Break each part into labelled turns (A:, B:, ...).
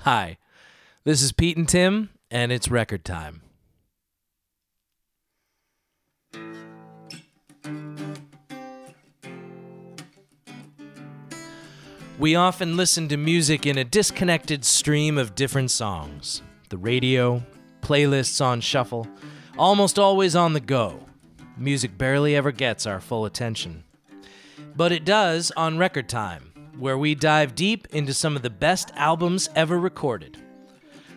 A: Hi, this is Pete and Tim, and it's record time. We often listen to music in a disconnected stream of different songs the radio, playlists on shuffle, almost always on the go. Music barely ever gets our full attention. But it does on Record Time, where we dive deep into some of the best albums ever recorded.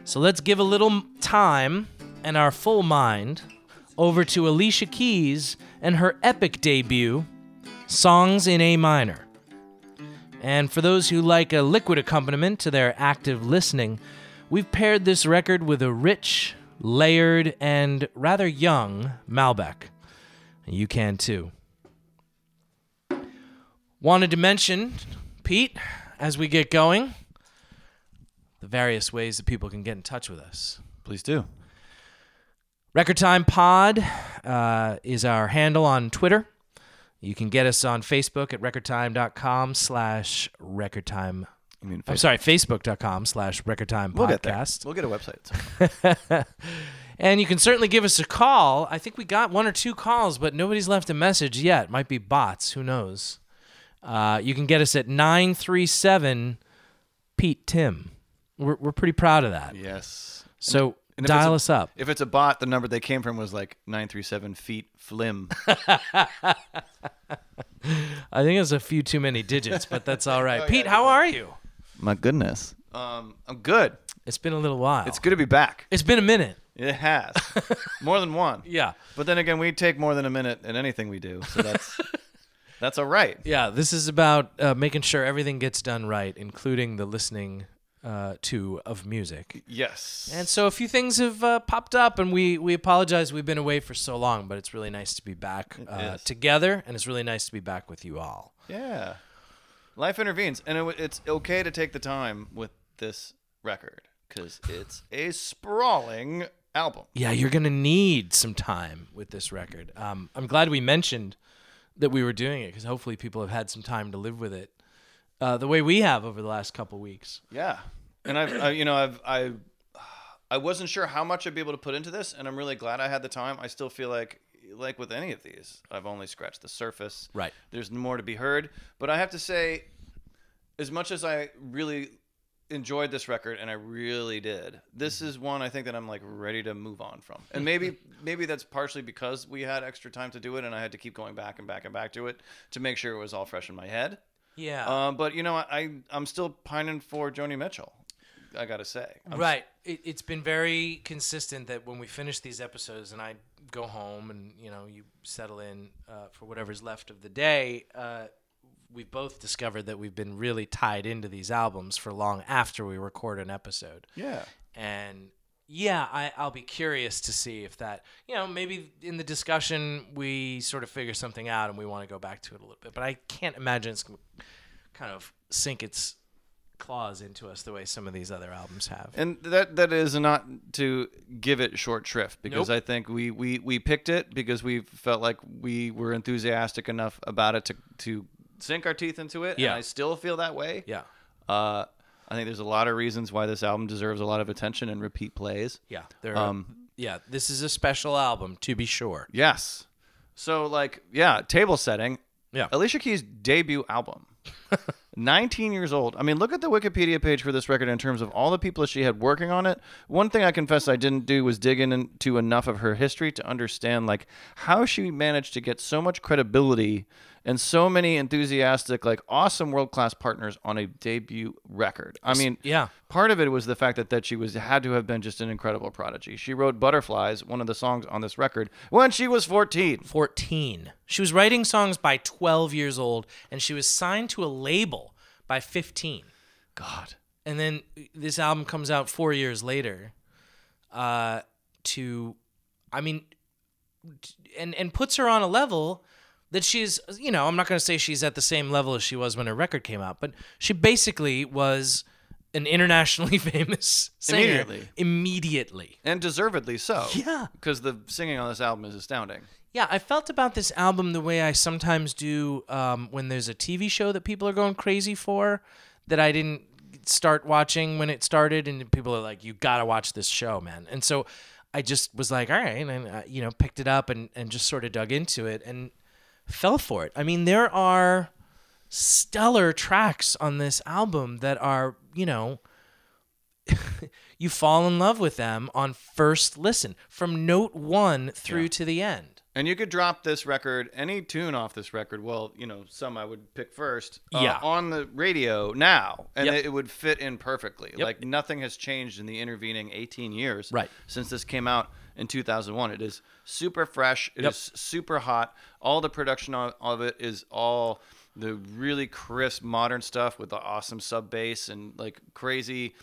A: So let's give a little m- time and our full mind over to Alicia Keys and her epic debut, Songs in A Minor. And for those who like a liquid accompaniment to their active listening, we've paired this record with a rich, layered, and rather young Malbec. And you can too. Wanted to mention, Pete, as we get going, the various ways that people can get in touch with us.
B: Please do.
A: Record Time Pod uh, is our handle on Twitter. You can get us on Facebook at recordtime.com slash recordtime.
B: I mean,
A: I'm sorry, facebook.com slash recordtime
B: We'll get there.
A: podcast.
B: We'll get a website.
A: and you can certainly give us a call. I think we got one or two calls, but nobody's left a message yet. Might be bots. Who knows? Uh, you can get us at 937 Pete Tim. We're, we're pretty proud of that.
B: yes.
A: So
B: and if it's
A: dial
B: a-
A: us up.
B: If it's a bot, the number they came from was like nine three seven feet flim.
A: I think it's a few too many digits, but that's all right. Pete, how are you?
B: My goodness. Um, I'm good.
A: It's been a little while.
B: It's good to be back.
A: It's been a minute.
B: It has more than one.
A: Yeah.
B: But then again, we take more than a minute in anything we do, so that's that's all right.
A: Yeah, this is about uh, making sure everything gets done right, including the listening uh, to of music.
B: Yes.
A: And so a few things have uh, popped up, and we we apologize. We've been away for so long, but it's really nice to be back uh,
B: is.
A: together, and it's really nice to be back with you all.
B: yeah. Life intervenes, and it, w- it's okay to take the time with this record because it's a sprawling album.
A: Yeah, you're gonna need some time with this record. Um, I'm glad we mentioned that we were doing it because hopefully people have had some time to live with it, uh, the way we have over the last couple weeks.
B: Yeah, and I've I, you know I've I I wasn't sure how much I'd be able to put into this, and I'm really glad I had the time. I still feel like like with any of these, I've only scratched the surface.
A: Right.
B: There's more to be heard, but I have to say, as much as I really enjoyed this record and I really did. This is one I think that I'm like ready to move on from. And maybe maybe that's partially because we had extra time to do it and I had to keep going back and back and back to it to make sure it was all fresh in my head.
A: Yeah.
B: Um, but you know, I I'm still pining for Joni Mitchell. I gotta say,
A: Right. It, it's been very consistent that when we finish these episodes and I go home and you know you settle in uh, for whatever's left of the day, uh, we've both discovered that we've been really tied into these albums for long after we record an episode.
B: yeah,
A: And yeah, I, I'll be curious to see if that you know maybe in the discussion we sort of figure something out and we want to go back to it a little bit. But I can't imagine it's gonna kind of sink its claws into us the way some of these other albums have.
B: and that that is not to give it short shrift because
A: Nope.
B: I think we we we picked it because we felt like we were enthusiastic enough about it to to sink our teeth into it.
A: Yeah.
B: and I still feel that way.
A: Yeah.
B: Uh, I think there's a lot of reasons why this album deserves a lot of attention and repeat plays.
A: Yeah. There are, yeah, this is a special album to be sure.
B: Yes. So like yeah, table setting.
A: Yeah.
B: Alicia Keys' debut album. 19 years old. I mean, look at the Wikipedia page for this record in terms of all the people that she had working on it. One thing I confess I didn't do was dig in- into enough of her history to understand like how she managed to get so much credibility and so many enthusiastic, like awesome world-class partners on a debut record. I mean,
A: Yeah.
B: part of it was the fact that, that she was had to have been just an incredible prodigy. She wrote Butterflies, one of the songs on this record, when she was 14.
A: 14. She was writing songs by 12 years old and she was signed to a label by 15.
B: God.
A: And then uh, this album comes out 4 years later uh to I mean t- and and puts her on a level that she's you know, I'm not going to say she's at the same level as she was when her record came out, but she basically was an internationally famous singer
B: Immediately.
A: Immediately.
B: And deservedly so.
A: Yeah.
B: Because the singing on this album is astounding.
A: Yeah, I felt about this album the way I sometimes do um, when there's a TV show that people are going crazy for that I didn't start watching when it started, and people are like, "You gotta watch this show, man." And so I just was like, "All right," and I, you know, picked it up and and just sort of dug into it and fell for it. I mean, there are stellar tracks on this album that are, you know, you fall in love with them on first listen from note one through to the end.
B: And you could drop this record, any tune off this record. Well, you know, some I would pick first. uh,
A: Yeah.
B: On the radio now, and
A: Yep.
B: it, it would fit in perfectly. Like nothing has changed in the intervening 18 years.
A: Right.
B: Since this came out in 2001, it is super fresh. It is
A: Yep.
B: super hot. All the production on, of it is all the really crisp modern stuff with the awesome sub bass and like crazy,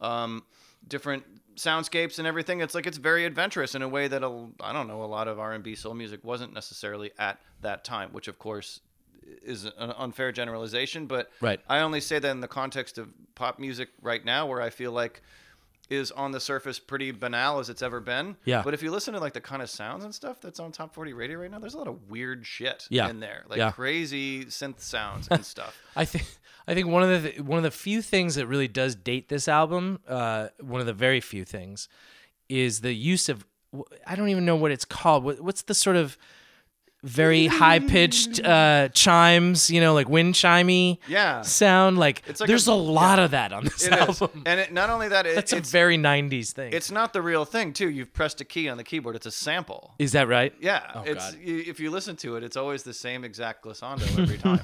B: um, different soundscapes and everything. It's like it's very adventurous in a way that a, I don't know a lot of R and B soul music wasn't necessarily at that time, which of course is an unfair generalization, but
A: Right.
B: I only say that in the context of pop music right now, where I feel like is on the surface pretty banal as it's ever been.
A: Yeah.
B: But if you listen to like the kind of sounds and stuff that's on Top 40 Radio right now, there's a lot of weird shit
A: Yeah.
B: in there, like
A: Yeah.
B: crazy synth sounds and stuff.
A: I think I think one of the th- one of the few things that really does date this album, uh, one of the very few things, is the use of w- I don't even know what it's called. What, what's the sort of very high pitched uh, chimes, you know, like wind chimey
B: Yeah.
A: sound. Like,
B: like
A: there's a,
B: a-
A: lot of that on this
B: It is.
A: album.
B: And it, not only that, it,
A: That's
B: it's,
A: a very '90s thing.
B: it's not the real thing, too. You've pressed a key on the keyboard, it's a sample.
A: is that right?
B: Yeah,
A: Oh,
B: it's
A: God.
B: y if you listen to it, it's always the same exact glissando every time.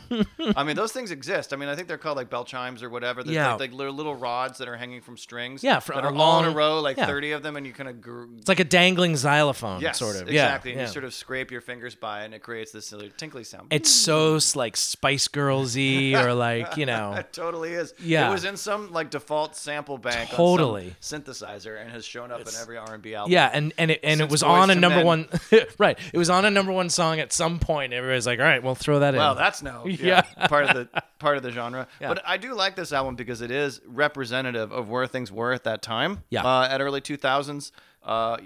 B: I mean, those things exist. I mean, I think they're called like bell chimes or whatever. They're
A: Yeah.
B: like, like they're little rods that are hanging from strings.
A: Yeah, for-
B: that
A: or
B: are all in a
A: long-
B: row, like
A: yeah.
B: thirty of them, and you kind of gr-
A: It's like a dangling xylophone,
B: yes,
A: sort of. Yeah,
B: exactly. and
A: yeah.
B: you sort of scrape your fingers by, it and it creates this little tinkly sound.
A: It's so s- like Spice Girlsy or like you know.
B: It totally is.
A: Yeah.
B: it was in some like default sample bank. on some
A: Totally.
B: synthesizer and has shown up in every R and B album.
A: Yeah, and and it, and it
B: Since
A: was
B: Boyz
A: on a
B: II
A: number
B: Men.
A: one, right? It was on a number one song at some point. Everybody's like, "All right, we'll throw that
B: Well,
A: in."
B: that's no yeah, part of the part of the genre.
A: Yeah.
B: But I do like this album because it is representative of where things were at that time.
A: Yeah.
B: Uh, at early two thousands, uh,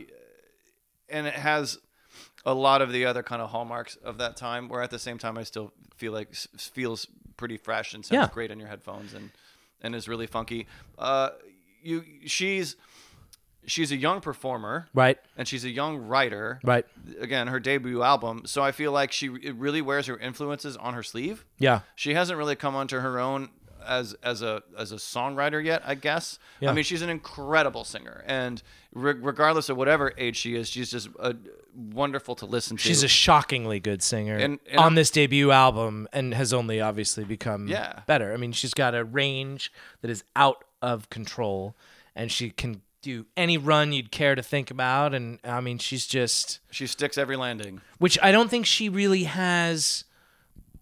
B: and it has a lot of the other kind of hallmarks of that time. Where at the same time, I still feel like s- feels pretty fresh and sounds
A: Yeah.
B: great on your headphones and and is really funky. Uh, you she's she's a young performer
A: right,
B: and she's a young writer.
A: right,
B: Again, her debut album. So I feel like she it really wears her influences on her sleeve.
A: yeah,
B: She hasn't really come onto her own as as a as a songwriter yet, I guess. I mean, she's an incredible singer, and re- regardless of whatever age she is, she's just uh wonderful to listen to.
A: she's a shockingly good singer
B: And- and
A: on
B: I'm-
A: this debut album, and has only obviously become
B: Yeah.
A: better. I mean, she's got a range that is out of control, and she can do any run you'd care to think about. And I mean, she's just
B: she sticks every landing.
A: which I don't think she really has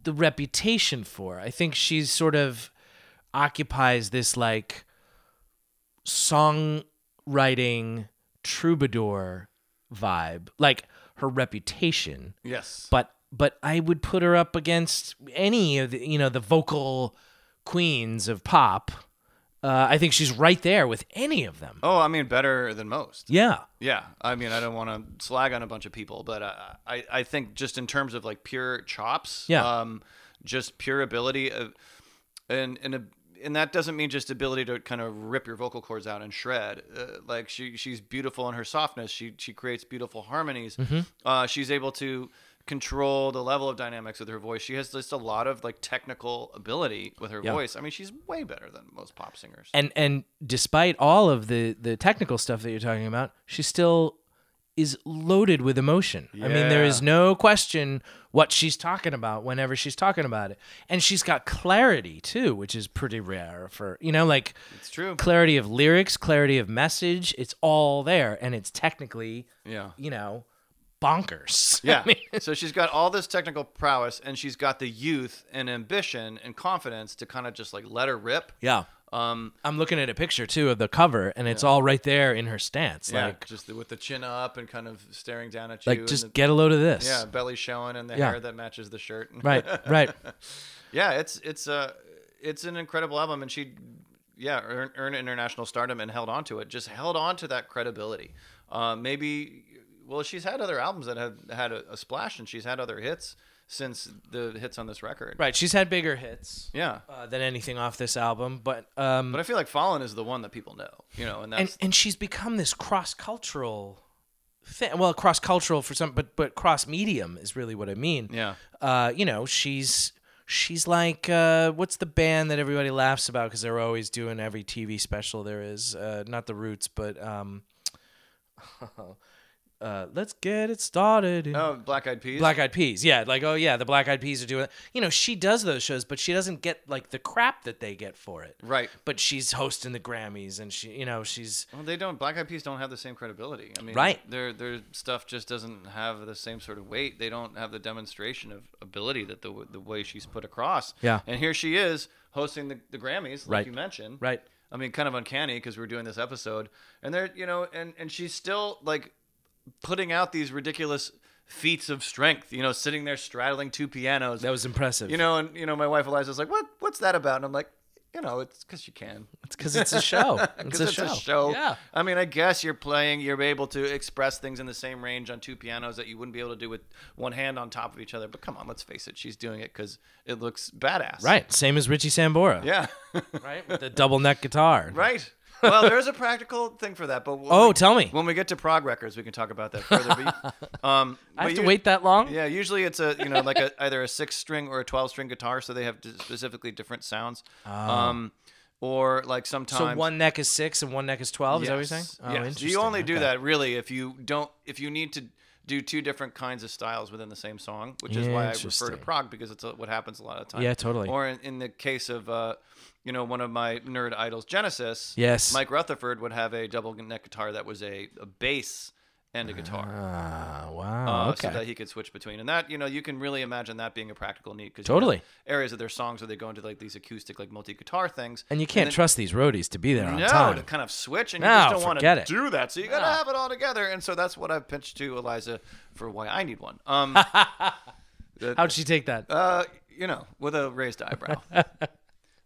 A: the reputation for. I think she's sort of occupies this like songwriting troubadour vibe, like her reputation.
B: Yes.
A: But but I would put her up against any of the you know the vocal queens of pop. Uh, I think she's right there with any of them.
B: oh, I mean, better than most.
A: Yeah,
B: Yeah, I mean, I don't want to slag on a bunch of people, but uh, I I think just in terms of like pure chops,
A: Yeah.
B: um, just pure ability of, and and a, and that doesn't mean just ability to kind of rip your vocal cords out and shred. Uh, like she she's beautiful in her softness. She she creates beautiful harmonies.
A: Mm-hmm.
B: Uh, she's able to control the level of dynamics with her voice. She has just a lot of like technical ability with her voice. I mean, she's way better than most pop singers.
A: and and despite all of the the technical stuff that you're talking about, she still is loaded with emotion. I mean, there is no question what she's talking about whenever she's talking about it, and she's got clarity too, which is pretty rare for you know, like
B: It's true.
A: clarity of lyrics, clarity of message. It's all there, and it's technically,
B: Yeah.
A: you know, bonkers. I
B: Yeah.
A: mean,
B: so she's got all this technical prowess and she's got the youth and ambition and confidence to kind of just like let her rip.
A: yeah.
B: Um,
A: I'm looking at a picture too of the cover, and it's all right there in her stance.
B: like
A: Like,
B: just the, with the chin up and kind of staring down at you.
A: like
B: and
A: just
B: the-
A: get a load of this.
B: yeah, belly showing and the
A: Yeah.
B: hair that matches the shirt.
A: Right, right.
B: yeah, it's it's uh, it's an incredible album and she yeah, earned earn international stardom and held on to it. Just held on to that credibility. Uh, maybe well, she's had other albums that have had a, a splash and she's had other hits. since the hits on this record.
A: Right, she's had bigger hits
B: Yeah.
A: uh, than anything off this album, but um,
B: But I feel like Fallen is the one that people know, you know, and that's
A: and and she's become this cross cultural thing. Well, cross cultural for some, but but cross medium is really what I mean.
B: yeah.
A: Uh, you know, she's she's like uh, what's the band that everybody laughs about because they're always doing every TV special there is. Uh, not the Roots, but um, uh, let's get it started. in
B: Oh, Black Eyed Peas.
A: Black Eyed Peas, yeah, like oh yeah, the Black Eyed Peas are doing. You know, she does those shows, but she doesn't get like the crap that they get for it.
B: Right.
A: But she's hosting the Grammys, and she, you know, she's
B: Well, they don't. Black Eyed Peas don't have the same credibility. I mean,
A: Right.
B: Their their stuff just doesn't have the same sort of weight. They don't have the demonstration of ability that the the way she's put across.
A: Yeah.
B: And here she is hosting the, the Grammys, like
A: Right.
B: you mentioned.
A: Right.
B: I mean, kind of uncanny because we were doing this episode, and they're you know, and and she's still like putting out these ridiculous feats of strength. You know, sitting there straddling two pianos.
A: That was impressive.
B: you know, and you know, my wife Eliza's like, "What? What's that about?" And I'm like, "You know, it's because you can."
A: it's because it's a show. It's,
B: 'Cause
A: a,
B: it's
A: show.
B: a show.
A: Yeah.
B: I mean, I guess you're playing, you're able to express things in the same range on two pianos that you wouldn't be able to do with one hand on top of each other. But come on, let's face it, she's doing it because it looks badass.
A: Right. Same as Richie Sambora.
B: Yeah.
A: Right. With the double neck guitar.
B: right. Well, there's a practical thing for that, but when
A: Oh,
B: we-
A: tell me.
B: when we get to prog records, we can talk about that further. But, um,
A: I
B: but
A: have to
B: you-
A: wait that long.
B: Yeah, usually it's a you know like a, either a six string or a twelve string guitar, so they have d- specifically different sounds. Um, or like sometimes
A: Ah. So one neck is six and one neck is twelve. Is that what you're saying?
B: Yes.
A: Oh,
B: Yes.
A: interesting.
B: You only do
A: Okay.
B: that really if you don't if you need to do two different kinds of styles within the same song, which is why I refer to
A: Interesting.
B: prog because it's uh, what happens a lot of the time.
A: Yeah, totally.
B: Or in, in the case of uh, you know one of my nerd idols, Genesis.
A: Yes.
B: Mike Rutherford would have a double neck guitar that was a, a bass and a guitar.
A: Ah, wow.
B: Uh,
A: okay.
B: So that he could switch between, and that you know you can really imagine that being a practical need because
A: Totally.
B: areas of their songs where they go into like these acoustic like multi guitar things,
A: and you can't
B: then-
A: trust these roadies to be there on
B: no,
A: time.
B: to kind of switch, and you
A: No,
B: just don't want
A: forget
B: to
A: it.
B: do that. So you got to have it all together, and so that's what I've pitched to Eliza for why I need one. Um,
A: How'd she take that?
B: uh, you know, with a raised eyebrow.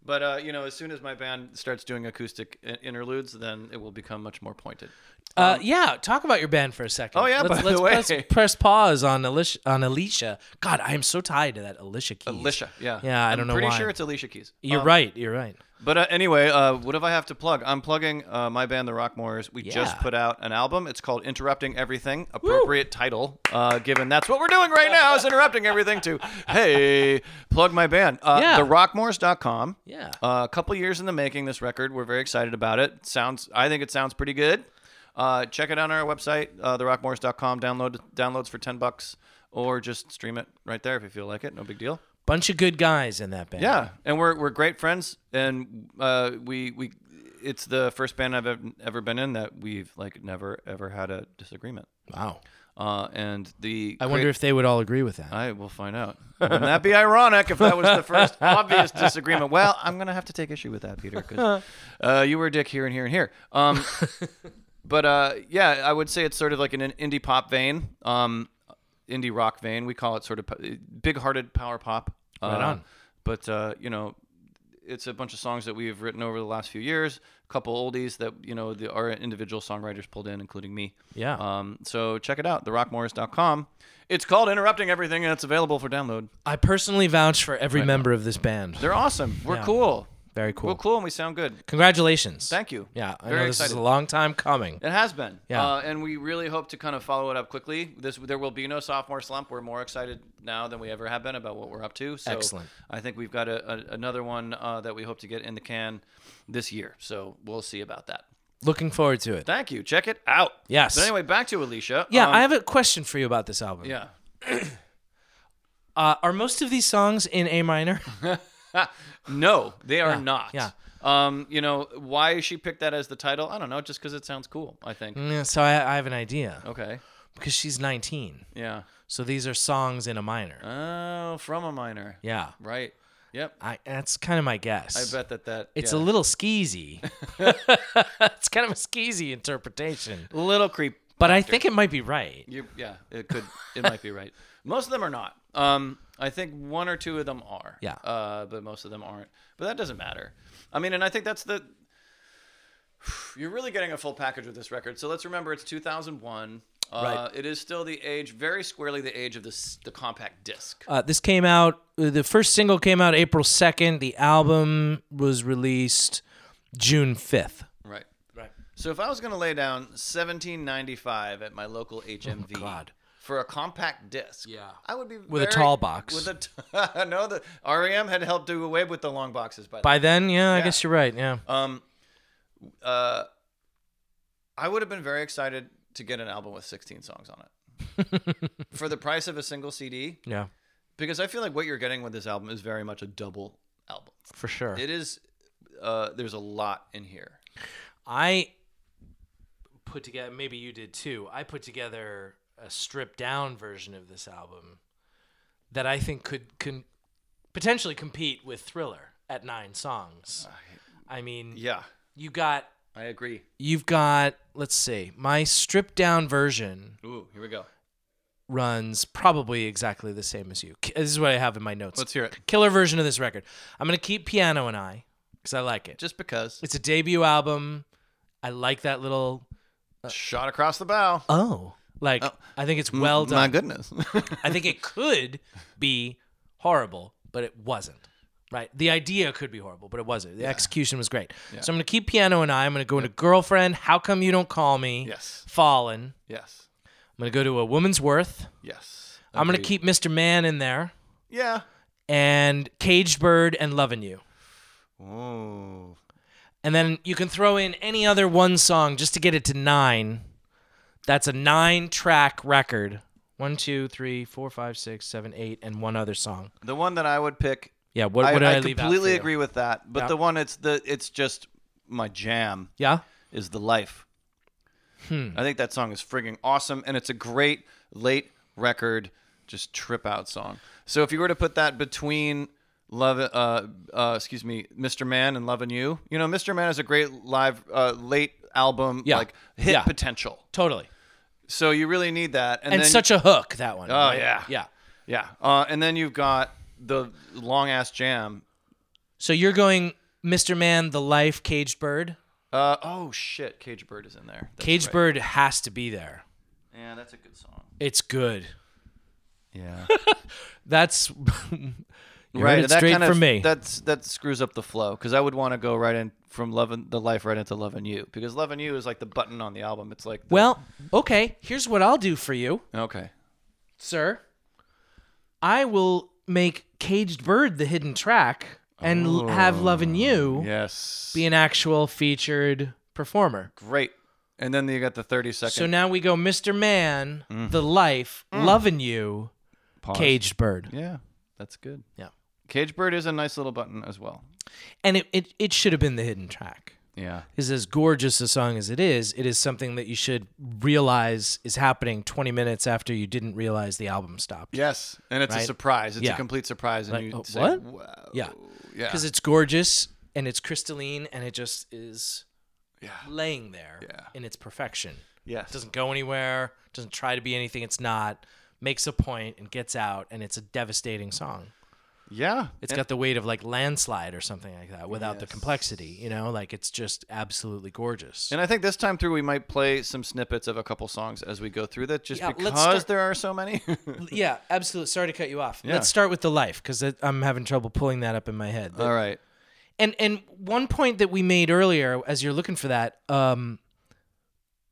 B: but uh, you know, as soon as my band starts doing acoustic i- interludes, then it will become much more pointed.
A: Uh, yeah, talk about your band for a second.
B: Um, Oh, yeah,
A: let's,
B: by the
A: let's
B: way.
A: press, press pause on Alicia. On Alicia, God, I am so tied to that Alicia Keys.
B: Alicia, Um, yeah,
A: Yeah, I
B: I'm
A: don't know
B: Pretty
A: why.
B: sure it's Alicia Keys.
A: You're right. You're right.
B: But uh, anyway, uh, what if I have to plug? I'm plugging uh, my band, the Rockmoors. We just
A: Yeah.
B: put out an album. It's called Interrupting Everything. Appropriate title, uh, given that's what we're doing right now is interrupting everything to, hey, plug my band. Uh,
A: Yeah.
B: TheRockmoors.com.
A: Yeah.
B: Uh, a couple years in the making, this record. We're very excited about it. Sounds, I think it sounds pretty good. Uh, check it out on our website, uh, therockmoors.com. Download downloads for ten bucks, or just stream it right there if you feel like it. No big deal.
A: Bunch of good guys in that band.
B: Yeah, and we're we're great friends, and uh, we we it's the first band I've ev- ever been in that we've like never ever had a disagreement.
A: Wow.
B: Uh, and the
A: I wonder if they would all agree with that.
B: I will find out. Wouldn't that be ironic if that was the first obvious disagreement? Well, I'm gonna have to take issue with that, Peter, because uh, you were a dick here and here and here. Um, but uh, yeah, I would say it's sort of like in an indie pop vein, um, indie rock vein. We call it sort of po- big-hearted power pop. Uh,
A: Right on.
B: But uh, you know, it's a bunch of songs that we've written over the last few years. A couple oldies that you know the, our individual songwriters pulled in, including me.
A: Yeah.
B: Um, so check it out, therockmorris.com. It's called Interrupting Everything, and it's available for download.
A: I personally vouch for every member of this band.
B: They're awesome. We're
A: Yeah.
B: cool.
A: Very cool.
B: We're cool, and we sound good.
A: Congratulations.
B: Thank you.
A: Yeah, I
B: Very
A: know this
B: excited.
A: is a long time coming.
B: It has been.
A: Yeah.
B: Uh, and we really hope to kind of follow it up quickly. This there will be no sophomore slump. We're more excited now than we ever have been about what we're up to. So
A: Excellent.
B: I think we've got a, a, another one uh, that we hope to get in the can this year. So we'll see about that.
A: Looking forward to it.
B: Thank you. Check it out.
A: Yes.
B: But anyway, back to Alicia.
A: yeah,
B: Um,
A: I have a question for you about this album.
B: yeah.
A: Uh, are most of these songs in A minor?
B: No, they are not.
A: yeah.
B: Um, you know why she picked that as the title? I don't know. Just because it sounds cool. I think.
A: Yeah, so I, I have an idea
B: Okay.
A: because she's 19.
B: Yeah.
A: So these are songs in a minor.
B: Oh, from a minor.
A: Yeah.
B: Right. Yep.
A: I, that's kind of my guess.
B: I bet that that
A: It's
B: yeah.
A: a little skeezy. it's kind of a skeezy interpretation,
B: little creep.
A: but I think it might be right.
B: You, yeah, it could. It might be right. Most of them are not. Um, I think one or two of them are.
A: Yeah.
B: Uh, but most of them aren't. But that doesn't matter. I mean, and I think that's the. You're really getting a full package with this record. So let's remember it's 2001. Uh,
A: Right.
B: It is still the age, very squarely the age of this, the compact disc.
A: Uh, this came out. uh, The first single came out April second. The album was released June fifth.
B: Right.
A: Right.
B: So if I was going to lay down 1795 at my local HMV
A: Oh God.
B: for a compact disc,
A: Yeah.
B: I would be
A: With a
B: very-
A: tall box.
B: With a t- no, the REM had helped do away with the long boxes by,
A: By then, yeah, I guess you're right. Yeah.
B: Um, uh, I would have been very excited to get an album with 16 songs on it for the price of a single CD,
A: yeah.
B: because I feel like what you're getting with this album is very much a double album.
A: For sure.
B: It is. Uh, there's a lot in here.
A: I put together, maybe you did too. I put together a stripped down version of this album that I think could can potentially compete with Thriller at nine songs. I mean,
B: Yeah,
A: you got
B: I agree.
A: you've got let's see, my stripped down version
B: Ooh, here we go.
A: runs probably exactly the same as you. K- This is what I have in my notes.
B: Let's hear it.
A: Killer version of this record. I'm gonna keep Piano and I because I like it.
B: Just because.
A: It's a debut album. I like that little
B: Shot across the bow.
A: oh like i think it's well
B: My
A: done
B: goodness.
A: i think it could be horrible but it wasn't right the idea could be horrible but it wasn't the execution was great so i'm gonna keep piano and i i'm gonna go into girlfriend how come you don't call me
B: Yes.
A: fallen
B: yes.
A: i'm gonna go to a woman's worth
B: Yes.
A: i'm gonna
B: Agreed.
A: keep mr man in there
B: Yeah.
A: and caged bird and loving you
B: Ooh.
A: and then you can throw in any other one song just to get it to nine. That's a nine track record. One, two, three, four, five, six, seven, eight, and one other song.
B: The one that I would pick
A: Yeah, what, what did I,
B: I, I
A: leave out
B: completely
A: for you?
B: agree with that. But the one it's the it's just my jam
A: Yeah,
B: is the life.
A: Hmm.
B: I think that song is frigging awesome, and it's a great late record just trip out song. So if you were to put that between love, uh, uh, excuse me, Mr. Man and Loving You, you know, Mr. Man is a great live uh, late album,
A: Yeah.
B: like hit
A: Yeah.
B: potential.
A: totally.
B: So you really need that, and,
A: And
B: then,
A: such a hook that one. Oh
B: yeah.
A: yeah.
B: yeah, uh, and then you've got the long ass jam.
A: So you're going, Mr. Man, the life, Caged Bird.
B: Uh, oh shit, Cage Bird is in there. That's
A: Caged
B: right.
A: Bird has to be there.
B: Yeah, that's a good song.
A: It's good.
B: Yeah.
A: That's you heard it
B: that
A: straight
B: kind
A: from
B: of,
A: me.
B: That's that screws up the flow because I would want to go right in from loving the life right into loving you because loving you is like the button on the album. It's like the-
A: well, okay. Here's what I'll do for you.
B: okay,
A: sir. I will make Caged Bird the hidden track and l- have Lovin' You
B: Oh, yes,
A: be an actual featured performer.
B: great. And then you got the thirty second
A: So now we go Mr. Man, The Life, Lovin' You,
B: Mm. pause.
A: Caged Bird.
B: Yeah, that's good.
A: Yeah.
B: Cage Bird is a nice little button as well.
A: And it, it, it should have been the hidden track.
B: Yeah,
A: Is as gorgeous a song as it is, it is something that you should realize is happening 20 minutes after you didn't realize the album stopped.
B: yes, and it's a
A: Right?
B: surprise. It's
A: Yeah.
B: a complete surprise, and you
A: oh,
B: say,
A: what?
B: Wow.
A: Yeah.
B: Oh, yeah,
A: Because it's gorgeous and it's crystalline and it just is
B: yeah,
A: laying there
B: Yeah.
A: in its perfection.
B: yes,
A: doesn't go anywhere, doesn't try to be anything it's not, makes a point and gets out, and it's a devastating song.
B: yeah.
A: It's got the weight of like landslide or something like that without the complexity, you know? Like it's just absolutely gorgeous.
B: And I think this time through we might play some snippets of a couple songs as we go through that, just
A: Yeah, let's
B: because
A: start-
B: there are so many.
A: yeah, absolutely. Sorry to cut you off.
B: Yeah.
A: Let's start with the life because I'm having trouble pulling that up in my head.
B: All right.
A: and and one point that we made earlier as you're looking for that, um,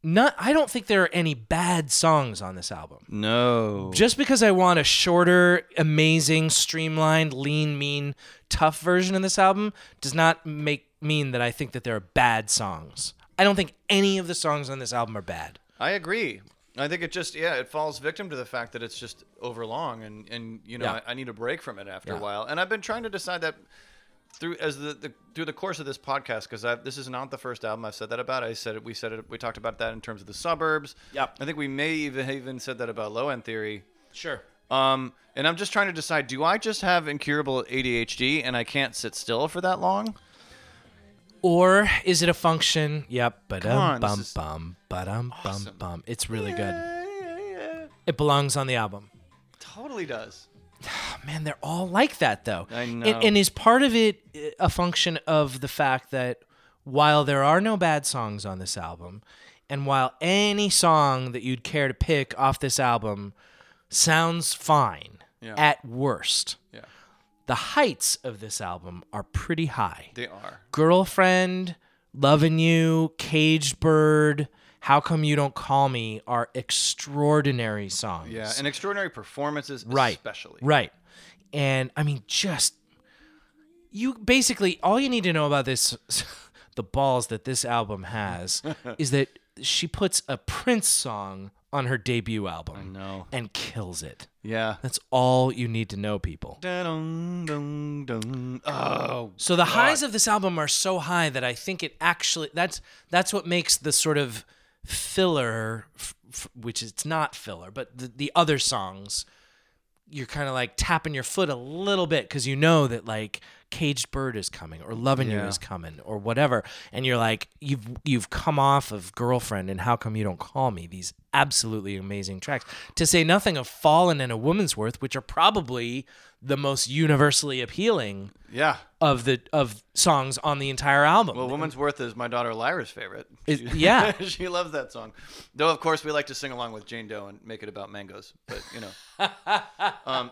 A: not I don't think there are any bad songs on this album.
B: No.
A: just because I want a shorter, amazing, streamlined, lean, mean, tough version of this album does not make mean that I think that there are bad songs. I don't think any of the songs on this album are bad.
B: I agree. I think it just yeah, it falls victim to the fact that it's just overlong and and you know
A: Yeah.
B: I, I need a break from it after a
A: Yeah.
B: while. And I've been trying to decide that through as the, the through the course of this podcast because this is not the first album I've said that about. I said it, we said it we talked about that in terms of the suburbs.
A: Yep.
B: I think we may even have even said that about low end theory.
A: Sure.
B: Um, and I'm just trying to decide: do I just have incurable ADHD and I can't sit still for that long?
A: Or is it a function? Yep. But
B: on,
A: um
B: this
A: bum
B: is
A: bum ba-dum bum bum. It's really good.
B: Yeah, yeah, yeah.
A: It belongs on the album.
B: Totally does.
A: Man, they're all like that though.
B: I
A: And-
B: know.
A: and is part of it uh, a function of the fact that While there are no bad songs on this album, and while any song that you'd care to pick off this album sounds fine
B: Yeah.
A: at worst,
B: Yeah.
A: the heights of this album are pretty high.
B: They are.
A: Girlfriend, Loving You, Caged Bird, How Come You Don't Call Me are extraordinary songs.
B: Yeah. And extraordinary performances,
A: right.
B: especially.
A: Right. And I mean, just you basically all you need to know about this, the balls that this album has, is that she puts a Prince song on her debut album
B: No.
A: and kills it.
B: Yeah.
A: That's all you need to know, people.
B: Dun, dun, dun. Oh,
A: So the highs of this album are so high that I think it actually that's that's what makes the sort of filler, f- f- which it's not filler, but the, the other songs, you're kind of like tapping your foot a little bit because you know that like Caged Bird is coming or Loving You
B: Yeah.
A: is coming or whatever, and you're like you've you've come off of Girlfriend and How Come You Don't Call Me? These absolutely amazing tracks. To say nothing of Fallen and A Woman's Worth, which are probably the most universally appealing
B: yeah.
A: of the of songs on the entire album.
B: Well, Woman's Worth is my daughter Lyra's favorite.
A: It-
B: She-
A: yeah.
B: she loves that song. Though, of course, we like to sing along with Jane Doe and make it about mangoes. But, you know. um,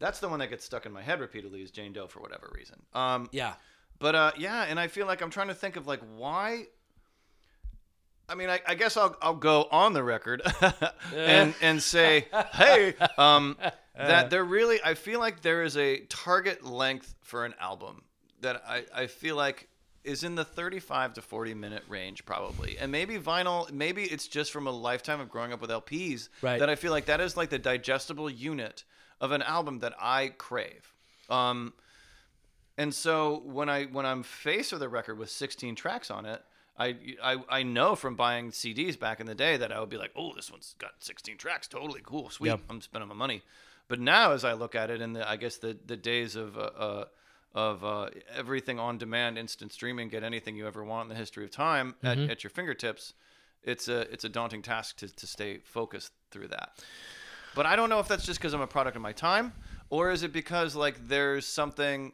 B: that's the one that gets stuck in my head repeatedly is Jane Doe for whatever reason. Um,
A: yeah,
B: But uh, yeah, and I feel like I'm trying to think of like why. I mean, I, I guess I'll I'll go on the record and and say, hey, um, that there really I feel like there is a target length for an album that I, I feel like is in the 35 to 40 minute range probably and maybe vinyl maybe it's just from a lifetime of growing up with lps
A: Right.
B: that i feel like that is like the digestible unit of an album that i crave um, and so when I when I'm faced with a record with 16 tracks on it, I, I I know from buying CDs back in the day that I would be like, oh, this one's got 16 tracks, totally cool, sweet.
A: Yep.
B: I'm spending my money. But now, as I look at it, in the I guess the the days of uh, uh, of uh, everything on demand, instant streaming, get anything you ever want in the history of time at, at your fingertips, it's a it's a daunting task to, to stay focused through that. But I don't know if that's just because I'm a product of my time, or is it because like there's something.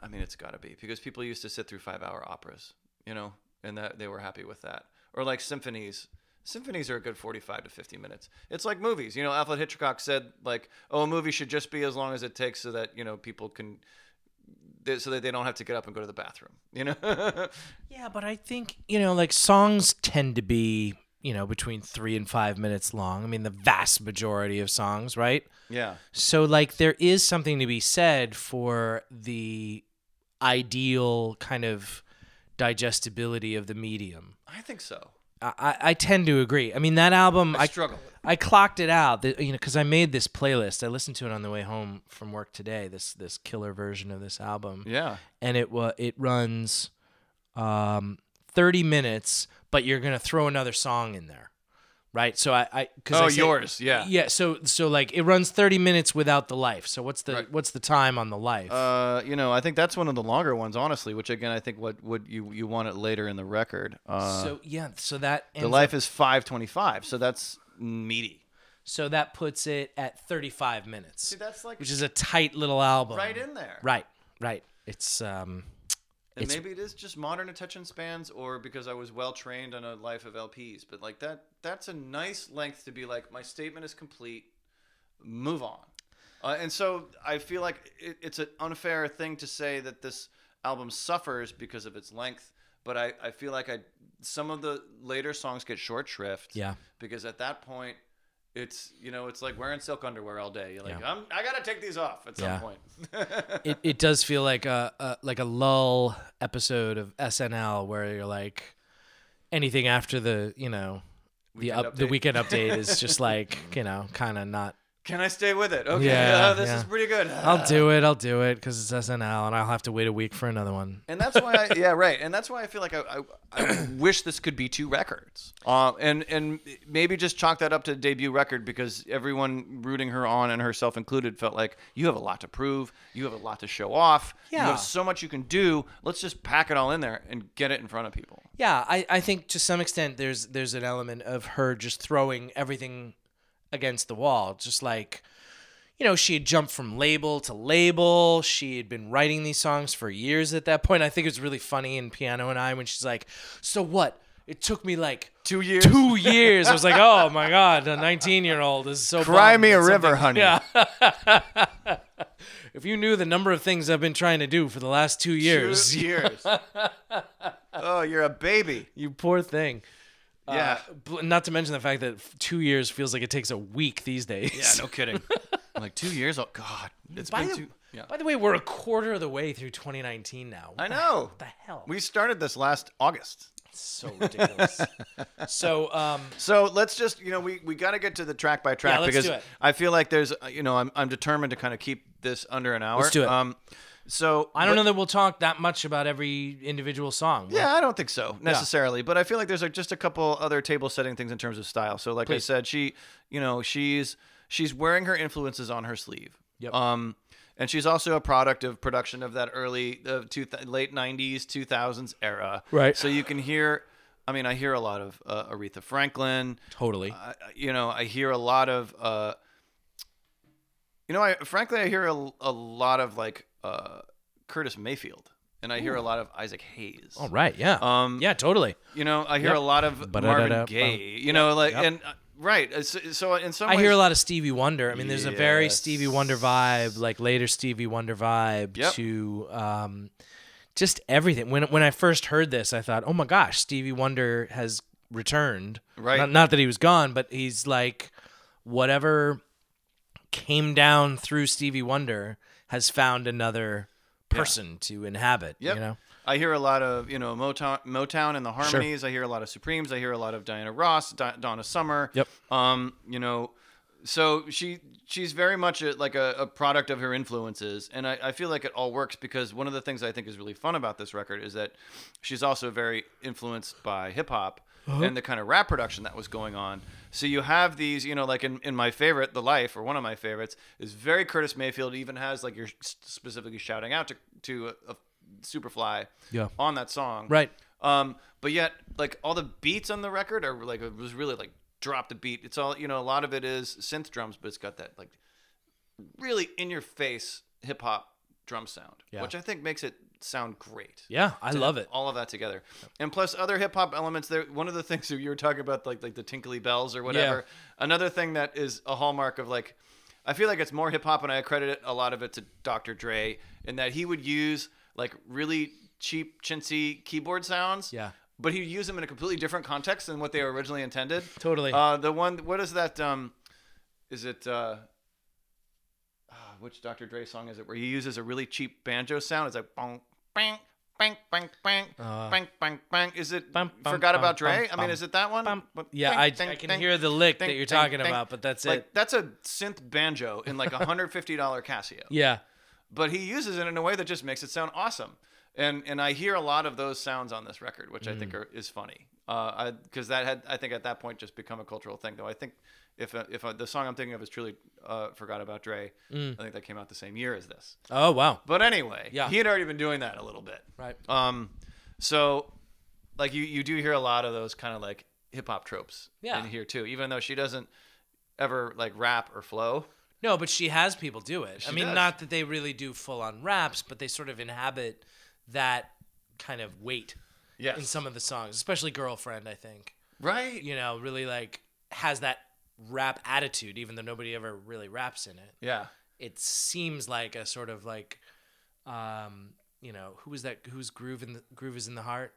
B: I mean, it's got to be because people used to sit through five-hour operas, you know, and that they were happy with that, or like symphonies. Symphonies are a good 45 to 50 minutes. It's like movies, you know. Alfred Hitchcock said like, "Oh, a movie should just be as long as it takes, so that you know people can." they- So that they don't have to get up and go to the bathroom, you know.
A: yeah. But I think you know, like songs tend to be you know between three and five minutes long. I mean, the vast majority of songs, right?
B: yeah,
A: So like, there is something to be said for the ideal kind of digestibility of the medium.
B: I think so.
A: I, I, I tend to agree. I mean, that album,
B: I,
A: I
B: struggle. With it.
A: I clocked it out, that, you know, because I made this playlist. I listened to it on the way home from work today. This this killer version of this album,
B: Yeah,
A: and it wa it runs um, thirty minutes, but you're gonna throw another song in there, right? So I, I cause I
B: Oh,
A: say-
B: yours, yeah.
A: yeah. So so like it runs thirty minutes without the life. So what's the
B: Right.
A: what's the time on the life?
B: Uh, you know, I think that's one of the longer ones, honestly. Which again, I think what would you you want it later in the record? Uh,
A: so yeah, so that
B: the
A: ends
B: life is five twenty five, so that's meaty.
A: so that puts it at thirty five minutes,
B: that's like
A: which is a tight little album.
B: right in there.
A: Right, right. It's um.
B: And
A: It's-
B: maybe it is just modern attention spans, or because I was well trained on a life of LPs. But like that, that's a nice length to be like, my statement is complete. Move on. Uh, and so I feel like it, it's an unfair thing to say that this album suffers because of its length. But I, I feel like I some of the later songs get short shrift.
A: Yeah.
B: Because at that point, it's you know it's like wearing silk underwear all day. You're like I'm, I gotta take these off at some
A: Yeah.
B: point.
A: it, it does feel like a, a like a lull episode of SNL where you're like anything after the you know the
B: Weekend
A: up, the
B: update.
A: weekend update is just like you know kind of not
B: Can I stay with it? Okay,
A: Yeah,
B: uh, this
A: yeah.
B: is pretty good.
A: I'll do it I'll do it because it's SNL and I'll have to wait a week for another one.
B: and that's why I, yeah right and that's why i feel like i, I, I wish this could be two records um, and and maybe just chalk that up to debut record because everyone rooting her on and herself included felt like you have a lot to prove you have a lot to show off you
A: Yeah.
B: have so much you can do let's just pack it all in there and get it in front of people
A: Yeah, I, I think to some extent there's there's an element of her just throwing everything against the wall, just like you know, she had jumped from label to label. She had been writing these songs for years at that point. I think it was really funny in Piano and I when she's like, So what? It took me like
B: Two years.
A: two years. I was like, Oh my God, a 19 year old is so.
B: Cry
A: bummed
B: me a
A: that something-
B: river, honey.
A: Yeah. if you knew the number of things I've been trying to do for the last two years,
B: Two years. oh, you're a baby.
A: you poor thing. Uh,
B: Yeah.
A: Bl- Not to mention the fact that f- two years feels like it takes a week these days.
B: yeah, no kidding. like two years. Oh God, it's
A: By
B: been
A: the,
B: two. Yeah.
A: by the way, we're a quarter of the way through 2019 now. What
B: I know.
A: the hell?
B: We started this last August.
A: It's so ridiculous. so, um,
B: So let's just, you know, we, we got to get to the track by track
A: Yeah, let's
B: because
A: do it.
B: I feel like there's, uh, you know, I'm, I'm determined to kind of keep this under an hour.
A: Let's do it.
B: Um, so
A: I don't know that we'll talk that much about every individual song.
B: Yeah, I don't think so necessarily, but I feel like there's like just a couple other table setting things in terms of style. So like I
A: Please.
B: said, she, you know, she's she's wearing her influences on her sleeve.
A: Yep.
B: Um, and she's also a product of production of that early uh, two late '90s, 2000s era.
A: Right.
B: So you can hear. I mean, I hear a lot of uh, Aretha Franklin.
A: totally.
B: I, I- you know, I hear a lot of, uh, you know, I frankly I hear a, a lot of like uh, Curtis Mayfield, and I hear a lot of Isaac Hayes.
A: All right. Yeah.
B: Um,
A: yeah. Totally.
B: You know, I hear
A: Yep.
B: a lot of Marvin
A: Ba-da-da-da,
B: Gaye.
A: bum.
B: You know, like
A: Yep.
B: and uh, right. uh, So, so in some
A: I
B: ways,
A: hear a lot of Stevie Wonder. I mean, there's a very
B: Yes.
A: Stevie Wonder vibe, like later Stevie Wonder vibe
B: Yep.
A: to um, just everything. When when I first heard this, I thought, oh my gosh, Stevie Wonder has returned.
B: Right.
A: Not, not that he was gone, but he's like whatever came down through Stevie Wonder has found another person to inhabit.
B: Yep.
A: You know.
B: I hear a lot of you know Motown, Motown and the harmonies. I hear a lot of Supremes. I hear a lot of Diana Ross, Di- Donna Summer.
A: Yep.
B: Um, you know, so she she's very much a, like a, a product of her influences, and I, I feel like it all works because one of the things I think is really fun about this record is that she's also very influenced by hip hop
A: Uh-huh.
B: and the kind of rap production that was going on. So you have these, you know, like in, in my favorite, The Life, or one of my favorites, is very Curtis Mayfield. Even has like you're specifically shouting out to to a, a Superfly
A: Yeah.
B: on that song.
A: Right.
B: Um, but yet, like all the beats on the record are like it was really like drop the beat. It's all you know. A lot of it is synth drums, but it's got that like really in your face hip hop drum sound,
A: Yeah.
B: which I think makes it sound great.
A: Yeah, I
B: to
A: love
B: have
A: it.
B: All of that together, and plus other hip hop elements. There, one of the things that you were talking about, like like the tinkly bells or whatever. Another thing that is a hallmark of like, I feel like it's more hip hop, and I credit it, a lot of it to Dr. Dre, in that he would use like really cheap chintzy keyboard sounds.
A: Yeah.
B: But he would use them in a completely different context than what they were originally intended.
A: Totally.
B: Uh, the one, what is that? Um, is it? Uh, ah, which Dr. Dre song is it? Where he uses a really cheap banjo sound. It's like bang, bang, bang, bang, bang, bang, bang, bang. Is it?
A: Uh, Bum, bum,
B: forgot
A: bum,
B: about Dre.
A: bum,
B: I mean,
A: bum.
B: is it that one? But
A: Um, yeah,
B: ding,
A: I,
B: ding,
A: I can
B: ding,
A: hear the lick that
B: ding,
A: you're
B: ding,
A: talking
B: ding.
A: about, but that's
B: like
A: it.
B: that's a synth banjo in like a hundred fifty dollar Casio.
A: Yeah.
B: But he uses it in a way that just makes it sound awesome. And and I hear a lot of those sounds on this record, which I think
A: Mm.
B: are, is funny. Uh, because that had I think at that point just become a cultural thing. Though I think if uh, if uh, the song I'm thinking of is truly uh, "Forgot About Dre," I think that came out the same year as this.
A: Oh wow.
B: But anyway,
A: Mm. Yeah.
B: he had already been doing that a little bit.
A: Right.
B: Um, so like you you do hear a lot of those kind of like hip hop tropes
A: Yeah.
B: in here too, even though she doesn't ever like rap or flow.
A: No, but she has people do it. I mean,
B: does.
A: not that they really do full on raps, but they sort of inhabit that kind of weight
B: Yes.
A: in some of the songs, especially Girlfriend, I think.
B: right.
A: You know, really like has that rap attitude, even though nobody ever really raps in it.
B: Yeah.
A: It seems like a sort of like, um, you know, who was that? Who's groove in the groove is in the heart?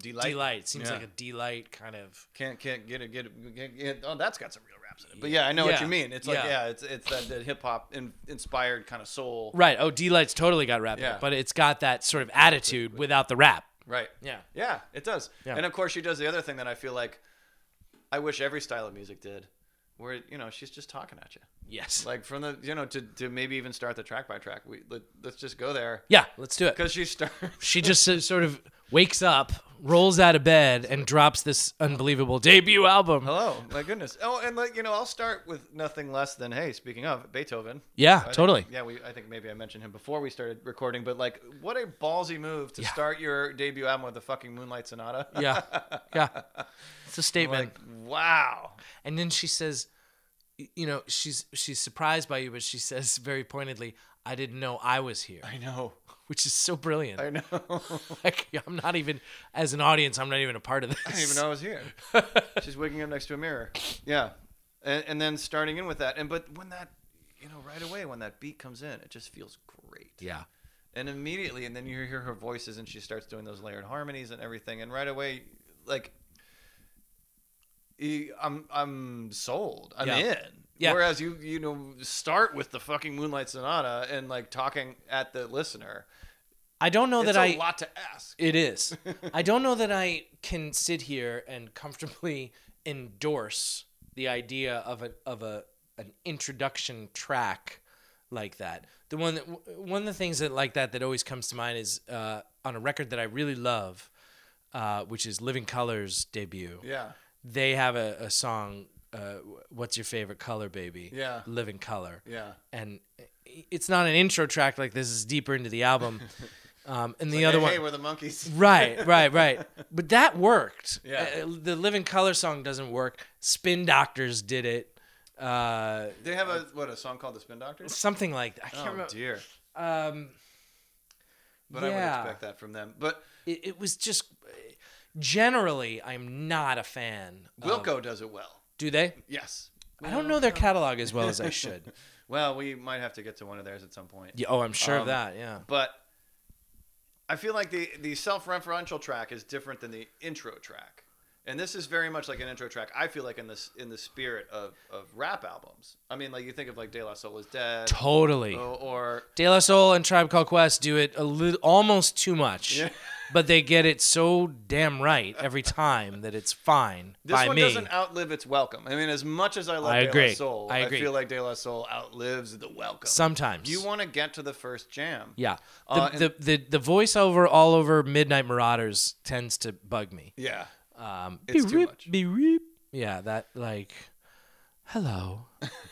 B: Delight.
A: Delight seems
B: Yeah.
A: like a delight kind of.
B: Can't can't get it get it, get it. Oh, that's got some real raps in it. But yeah, I know what
A: Yeah.
B: you mean. It's like
A: Yeah.
B: yeah, it's it's that, that hip hop in, inspired kind of soul.
A: Right. Oh, delight's totally got rap, in it,
B: Yeah.
A: but it's got that sort of attitude without the rap.
B: Right.
A: Yeah.
B: Yeah, it does.
A: Yeah.
B: And of course, she does the other thing that I feel like I wish every style of music did, where you know she's just talking at you,
A: Yes.
B: like from the you know to, to maybe even start the track by track. We let, let's just go there
A: yeah. Let's do it.
B: because she starts.
A: she just so- sort of wakes up, rolls out of bed, and drops this unbelievable debut album.
B: Hello, my goodness. Oh, and like you know, I'll start with nothing less than hey. Speaking of Beethoven,
A: Yeah,
B: I think-
A: totally.
B: yeah, we. I think maybe I mentioned him before we started recording, but like, what a ballsy move to start your debut album with the fucking Moonlight Sonata.
A: Yeah, yeah. It's a statement.
B: like, wow.
A: and then she says, y- you know, she's she's surprised by you, but she says very pointedly, "I didn't know I was here,"
B: I know.
A: which is so brilliant.
B: I know. I
A: Like, I'm not even as an audience, I'm not even a part of this.
B: didn't even know I was here. She's waking up next to a mirror. Yeah. And, and then starting in with that. And but when that, you know, right away when that beat comes in, it just feels great.
A: Yeah.
B: And immediately, and then you hear her voices and she starts doing those layered harmonies and everything. And right away, like, e- I'm I'm sold. I'm
A: Yeah.
B: in.
A: Yeah.
B: Whereas you you know start with the fucking Moonlight Sonata and like talking at the listener.
A: I don't know
B: It's
A: that
B: a
A: I.
B: lot to ask.
A: It is. I don't know that I can sit here and comfortably endorse the idea of a of a an introduction track like that. The one that one of the things that like that that always comes to mind is uh, on a record that I really love, uh, which is Living Colors debut.
B: Yeah.
A: They have a, a song. Uh, What's your favorite color, baby?
B: Yeah.
A: Living Color
B: Yeah.
A: and uh, it's not an intro track like this is deeper into the album um, and the other
B: hey,
A: one
B: Hey, we're the monkeys.
A: right right right but that worked
B: Yeah.
A: Uh, the living color song doesn't work spin doctors did it uh,
B: They have a what a song called The Spin Doctors.
A: something like that i can't
B: Oh
A: remember
B: dear.
A: um,
B: But I
A: Yeah.
B: would expect that from them. But
A: it, it was just generally i'm not a fan of-
B: Wilco does it well.
A: do they
B: Yes.
A: Oh. i don't know their catalog as well as i should
B: Well, we might have to get to one of theirs at some point.
A: yeah, oh i'm sure of
B: Um,
A: that yeah
B: But I feel like the the self-referential track is different than the intro track. And this is very much like an intro track. I feel like in this in the spirit of, of rap albums. I mean, like you think of like De La Soul is Dead
A: totally
B: or, or
A: De La Soul and Tribe Called Quest do it a little, almost too much,
B: Yeah.
A: but they get it so damn right every time that it's fine
B: This
A: by
B: one
A: me.
B: doesn't outlive its welcome. I mean, as much as I love
A: I
B: De La
A: agree.
B: Soul,
A: I agree.
B: feel like De La Soul outlives the welcome.
A: Sometimes,
B: you want to get to the first jam.
A: yeah. The,
B: Uh, and-
A: the, the the voiceover all over Midnight Marauders tends to bug me.
B: Yeah.
A: Um,
B: It's too
A: beep,
B: much.
A: beep. Yeah, that like, hello,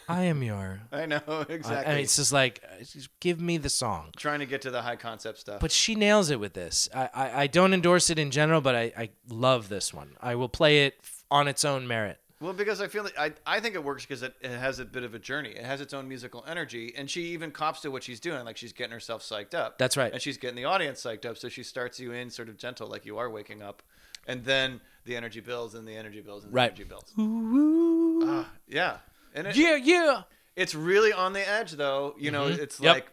A: I am your.
B: I know
A: I-
B: exactly.
A: I mean, it's just like, uh, just give me the song.
B: Trying to get to the high concept stuff.
A: But she nails it with this. I, I, I don't endorse it in general, but I, I love this one. I will play it f- on its own merit.
B: Well, because I feel like I, I think it works because it, it has a bit of a journey. It has its own musical energy, and she even cops to what she's doing. Like she's getting herself psyched up.
A: That's right.
B: And she's getting the audience psyched up. So she starts you in sort of gentle, like you are waking up, and then the energy builds, and the energy builds, and the
A: Right.
B: energy builds.
A: Ooh.
B: Ah, yeah, and it,
A: yeah, yeah.
B: it's really on the edge, though. You know, it's
A: Mm-hmm. Yep.
B: like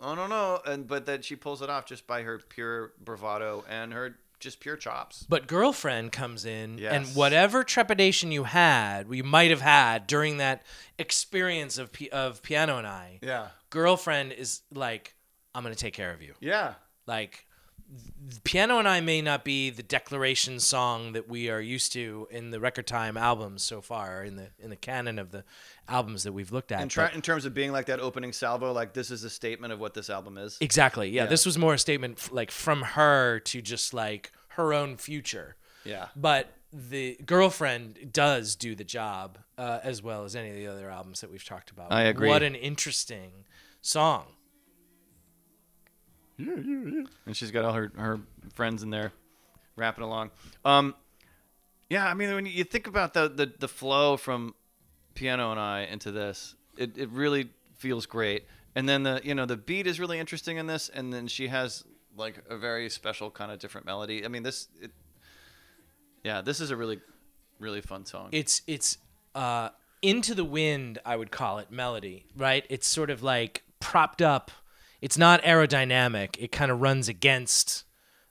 B: I don't know, and but then she pulls it off just by her pure bravado and her just pure chops.
A: But girlfriend comes in, and
B: Yes.
A: whatever trepidation you had, you might have had during that experience of pi- of piano and I,
B: Yeah,
A: girlfriend is like, I'm gonna take care of you.
B: yeah,
A: Like, th- piano and I may not be the declaration song that we are used to in the record time albums so far, in the in the canon of the albums that we've looked at.
B: and try,
A: but-
B: in terms of being like that opening salvo, like this is a statement of what this album is.
A: exactly, yeah,
B: Yeah.
A: This was more a statement f- like from her to just like her own future.
B: Yeah.
A: but the girlfriend does do the job uh, as well as any of the other albums that we've talked about.
B: I agree.
A: What an interesting song.
B: And she's got all her, her friends in there rapping along. Um, yeah, I mean, when you think about the, the, the flow from Piano and I into this, it, it really feels great. And then the, you know, the beat is really interesting in this. And then she has like a very special kind of different melody. I mean, this, it, yeah, this is a really, really fun song.
A: It's it's uh, into the wind. I would call it melody. Right. It's sort of like propped up. It's not aerodynamic. It kind of runs against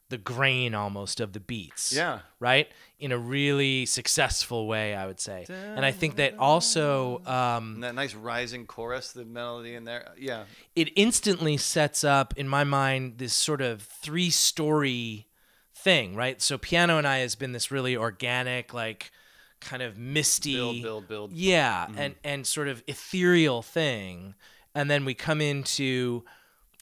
A: the grain almost of the beats.
B: Yeah.
A: Right. In a really successful way, I would say. And I think that also. Um,
B: and that nice rising chorus, the melody in there. Yeah.
A: it instantly sets up in my mind this sort of three story thing, right? So Piano and I has been this really organic, like kind of misty
B: Build, build, build.
A: Yeah, and and sort of ethereal thing. And then we come into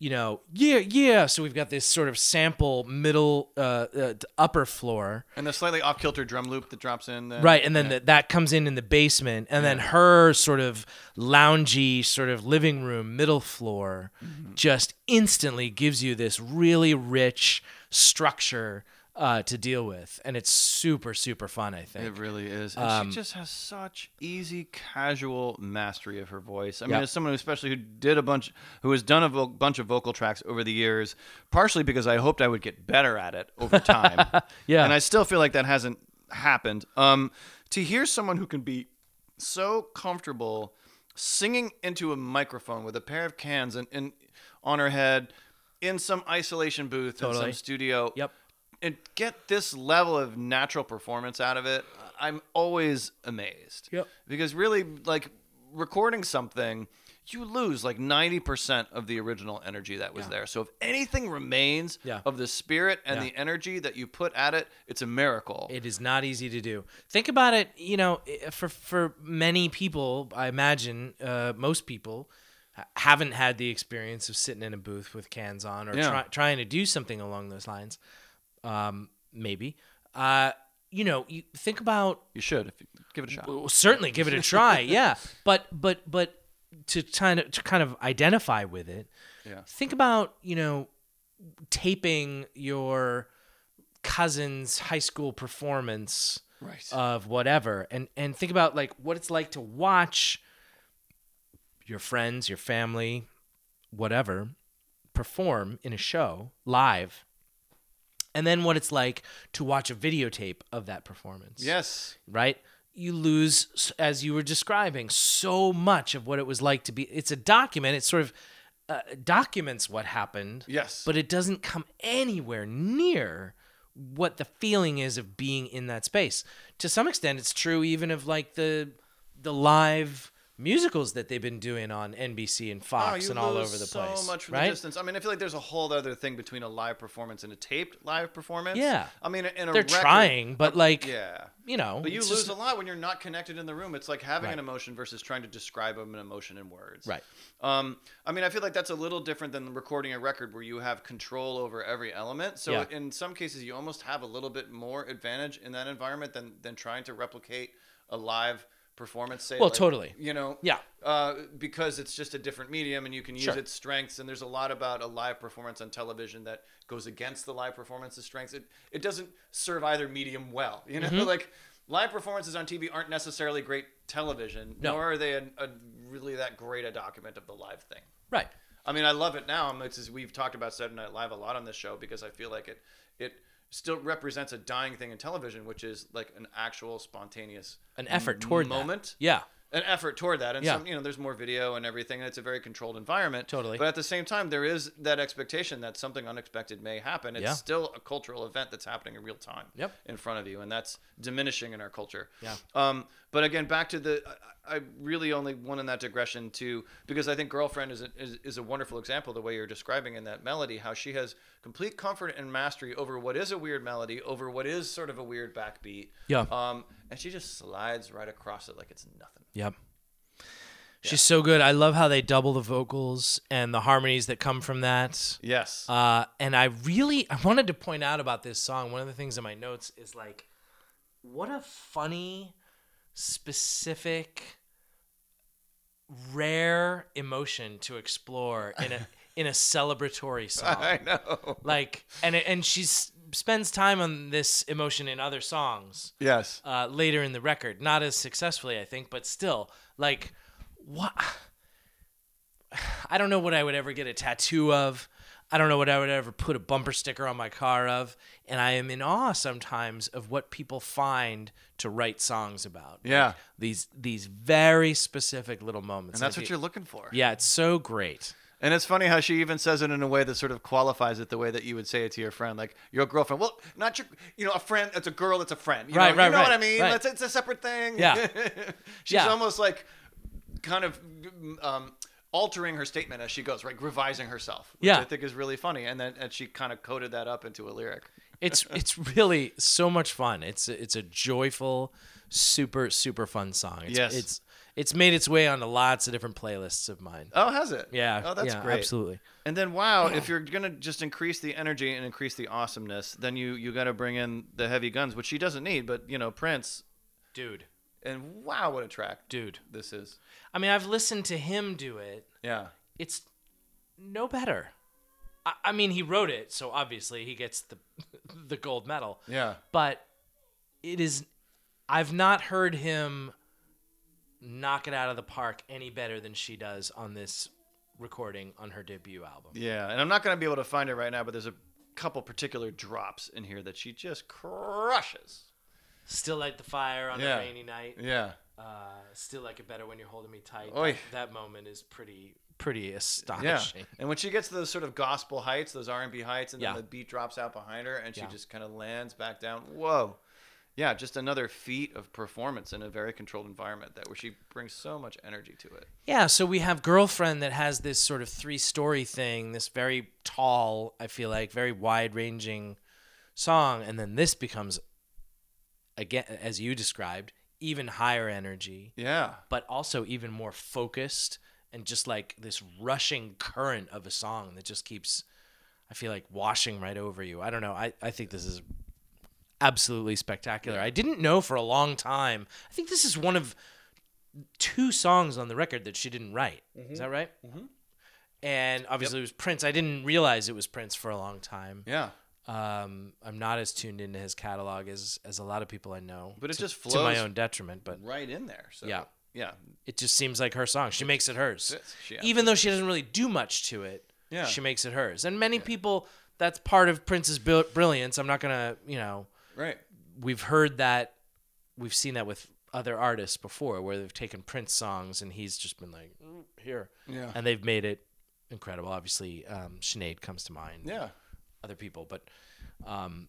A: you know, yeah, yeah. So we've got this sort of sample middle uh, uh upper floor.
B: And the slightly off kilter drum loop that drops in. There.
A: Right, and then the, that comes in in the basement, and then her sort of loungy, sort of living room, middle floor, just instantly gives you this really rich structure uh, to deal with, and it's super super fun. I think
B: It really is. And
A: Um,
B: she just has such easy, casual mastery of her voice. I mean,
A: Yeah.
B: as someone who especially who did a bunch, who has done a vo- bunch of vocal tracks over the years, partially because I hoped I would get better at it over time.
A: Yeah.
B: And I still feel like that hasn't happened. Um, to hear someone who can be so comfortable singing into a microphone with a pair of cans and, and on her head in some isolation booth in
A: Totally.
B: some studio
A: Yep.
B: and get this level of natural performance out of it, I'm always amazed.
A: Yep.
B: Because really, like recording something, you lose like 90% of the original energy that was there. So if anything remains
A: Yeah.
B: of the spirit and
A: Yeah.
B: the energy that you put at it, it's a miracle.
A: It is not easy to do. Think about it. You know, i- for for many people, I imagine uh, most people ha- haven't had the experience of sitting in a booth with cans on or
B: Yeah.
A: try, trying to do something along those lines. Um, maybe. Uh, you know, you think about
B: you should if you give it a shot.
A: well, certainly give it a try. yeah, but but but to kind of to kind of identify with it.
B: Yeah.
A: Think about you know taping your cousin's high school performance
B: Right.
A: of whatever and and think about like what it's like to watch your friends your family whatever perform in a show live and then what it's like to watch a videotape of that performance
B: yes.
A: right? You lose, as you were describing, so much of what it was like to be. It's a document. It sort of uh, documents what happened,
B: Yes.
A: but it doesn't come anywhere near what the feeling is of being in that space. To some extent, it's true even of like the the live musicals that they've been doing on NBC and
B: Oh,
A: Fox
B: you
A: and all
B: lose
A: over the
B: so
A: place,
B: much from
A: right?
B: the distance. I mean, I feel like there's a whole other thing between a live performance and a taped live performance.
A: Yeah.
B: I mean, in a
A: They're
B: record-
A: trying, but like
B: Yeah.
A: you know,
B: But you
A: it's
B: lose
A: just-
B: a lot when you're not connected in the room. It's like having
A: Right.
B: an emotion versus trying to describe an emotion in words.
A: Right.
B: Um, I mean, I feel like that's a little different than recording a record where you have control over every element. So
A: Yeah.
B: in some cases, you almost have a little bit more advantage in that environment than than trying to replicate a live performance. Say,
A: Well,
B: like,
A: totally.
B: You know.
A: Yeah.
B: Uh, because it's just a different medium and you can use
A: Sure.
B: its strengths. And there's a lot about a live performance on television that goes against the live performance's strengths. It, it doesn't serve either medium well. You know,
A: Mm-hmm.
B: like live performances on TV aren't necessarily great television,
A: No.
B: nor are they a, a really that great a document of the live thing.
A: right.
B: I mean, I love it now. I'm- It's just- we've talked about Saturday Night Live a lot on this show because I feel like it it still represents a dying thing in television, which is like an actual spontaneous
A: An effort toward that.
B: moment
A: Yeah.
B: an effort toward that. And
A: Yeah.
B: some, you know, there's more video and everything, and it's a very controlled environment.
A: Totally.
B: But at the same time, there is that expectation that something unexpected may happen. It's
A: Yeah.
B: still a cultural event that's happening in real time
A: Yep.
B: in front of you, and that's diminishing in our culture.
A: Yeah.
B: Um, but again, back to the, I, I really only wanted that digression to because I think girlfriend is a, is, is a wonderful example the way you're describing in that melody how she has complete comfort and mastery over what is a weird melody, over what is sort of a weird backbeat.
A: Yeah.
B: Um, and she just slides right across it like it's nothing.
A: Yep. She's so good. I love how they double the vocals and the harmonies that come from that.
B: Yes.
A: Uh, and I really I wanted to point out about this song. One of the things in my notes is like, what a funny, specific, rare emotion to explore in a in a celebratory song.
B: I know.
A: Like, and and she s- spends time on this emotion in other songs
B: Yes.
A: uh, later in the record. Not as successfully, I think, but still, like, what? I don't know what I would ever get a tattoo of. I don't know what I would ever put a bumper sticker on my car of. And I am in awe sometimes of what people find to write songs about.
B: Yeah.
A: These these very specific little moments.
B: And that's
A: if
B: what you're looking for.
A: Yeah, it's so great.
B: And it's funny how she even says it in a way that sort of qualifies it the way that you would say it to your friend, like your girlfriend. Well, not your, you know, a friend. It's a girl. It's a friend. You
A: Right,
B: know,
A: right,
B: You know what I
A: right,
B: mean?
A: right.
B: It's, it's a separate thing.
A: Yeah.
B: She's
A: Yeah.
B: almost like, kind of, um, altering her statement as she goes, like revising herself. Which
A: Yeah.
B: I think is really funny. And then and she kind of coded that up into a lyric.
A: It's it's really so much fun. It's a- it's a joyful, super super fun song. It's,
B: Yes.
A: it's it's made its way onto lots of different playlists of mine.
B: Oh, has it?
A: Yeah.
B: Oh, that's
A: yeah,
B: great.
A: Absolutely.
B: And then wow, if you're gonna just increase the energy and increase the awesomeness, then you you gotta bring in the heavy guns, which she doesn't need, but you know Prince.
A: Dude.
B: And wow, what a track,
A: Dude.
B: This is
A: I mean, I've listened to him do it.
B: yeah,
A: It's no better. I, I mean, he wrote it, so obviously he gets the the gold medal.
B: Yeah.
A: But it is I've not heard him knock it out of the park any better than she does on this recording on her debut album.
B: Yeah, and I'm not going to be able to find it right now, but there's a couple particular drops in here that she just crushes.
A: Still light the fire on
B: Yeah.
A: a rainy night.
B: Yeah.
A: Uh, still like it better when you're holding me tight.
B: Oy.
A: That, that moment is pretty pretty
B: Yeah.
A: astonishing.
B: And when she gets to those sort of gospel heights, those R&B heights, and
A: Yeah.
B: then the beat drops out behind her and she
A: Yeah.
B: just kind of lands back down. Whoa. Yeah, just another feat of performance in a very controlled environment that where she brings so much energy to it.
A: Yeah, so we have girlfriend that has this sort of three-story thing, this very tall, I feel like, very wide-ranging song, and then this becomes again as you described, even higher energy,
B: Yeah.
A: but also even more focused and just like this rushing current of a song that just keeps I feel like washing right over you. I don't know. I, I think this is absolutely spectacular. I didn't know for a long time. I think this is one of two songs on the record that she didn't write. Is that right? Mm-hmm. And obviously it was Prince. I didn't realize it was Prince for a long time.
B: Yeah.
A: Um, I'm not as tuned into his catalog as as a lot of people I know.
B: But it
A: to-
B: just
A: to
B: flows-
A: my own detriment. But
B: Right in there. So
A: Yeah.
B: Yeah.
A: it just seems like her song. She makes it hers.
B: It's- she
A: Even though she doesn't really do much to it,
B: Yeah.
A: she makes it hers. And many people, that's part of Prince's bril- brilliance. I'm not going to, you know,
B: Right.
A: we've heard that, we've seen that with other artists before where they've taken Prince songs and he's just been like, "Mm, here.
B: Yeah.
A: And they've made it incredible. Obviously, um, Sinead comes to mind.
B: Yeah.
A: Other people. But um,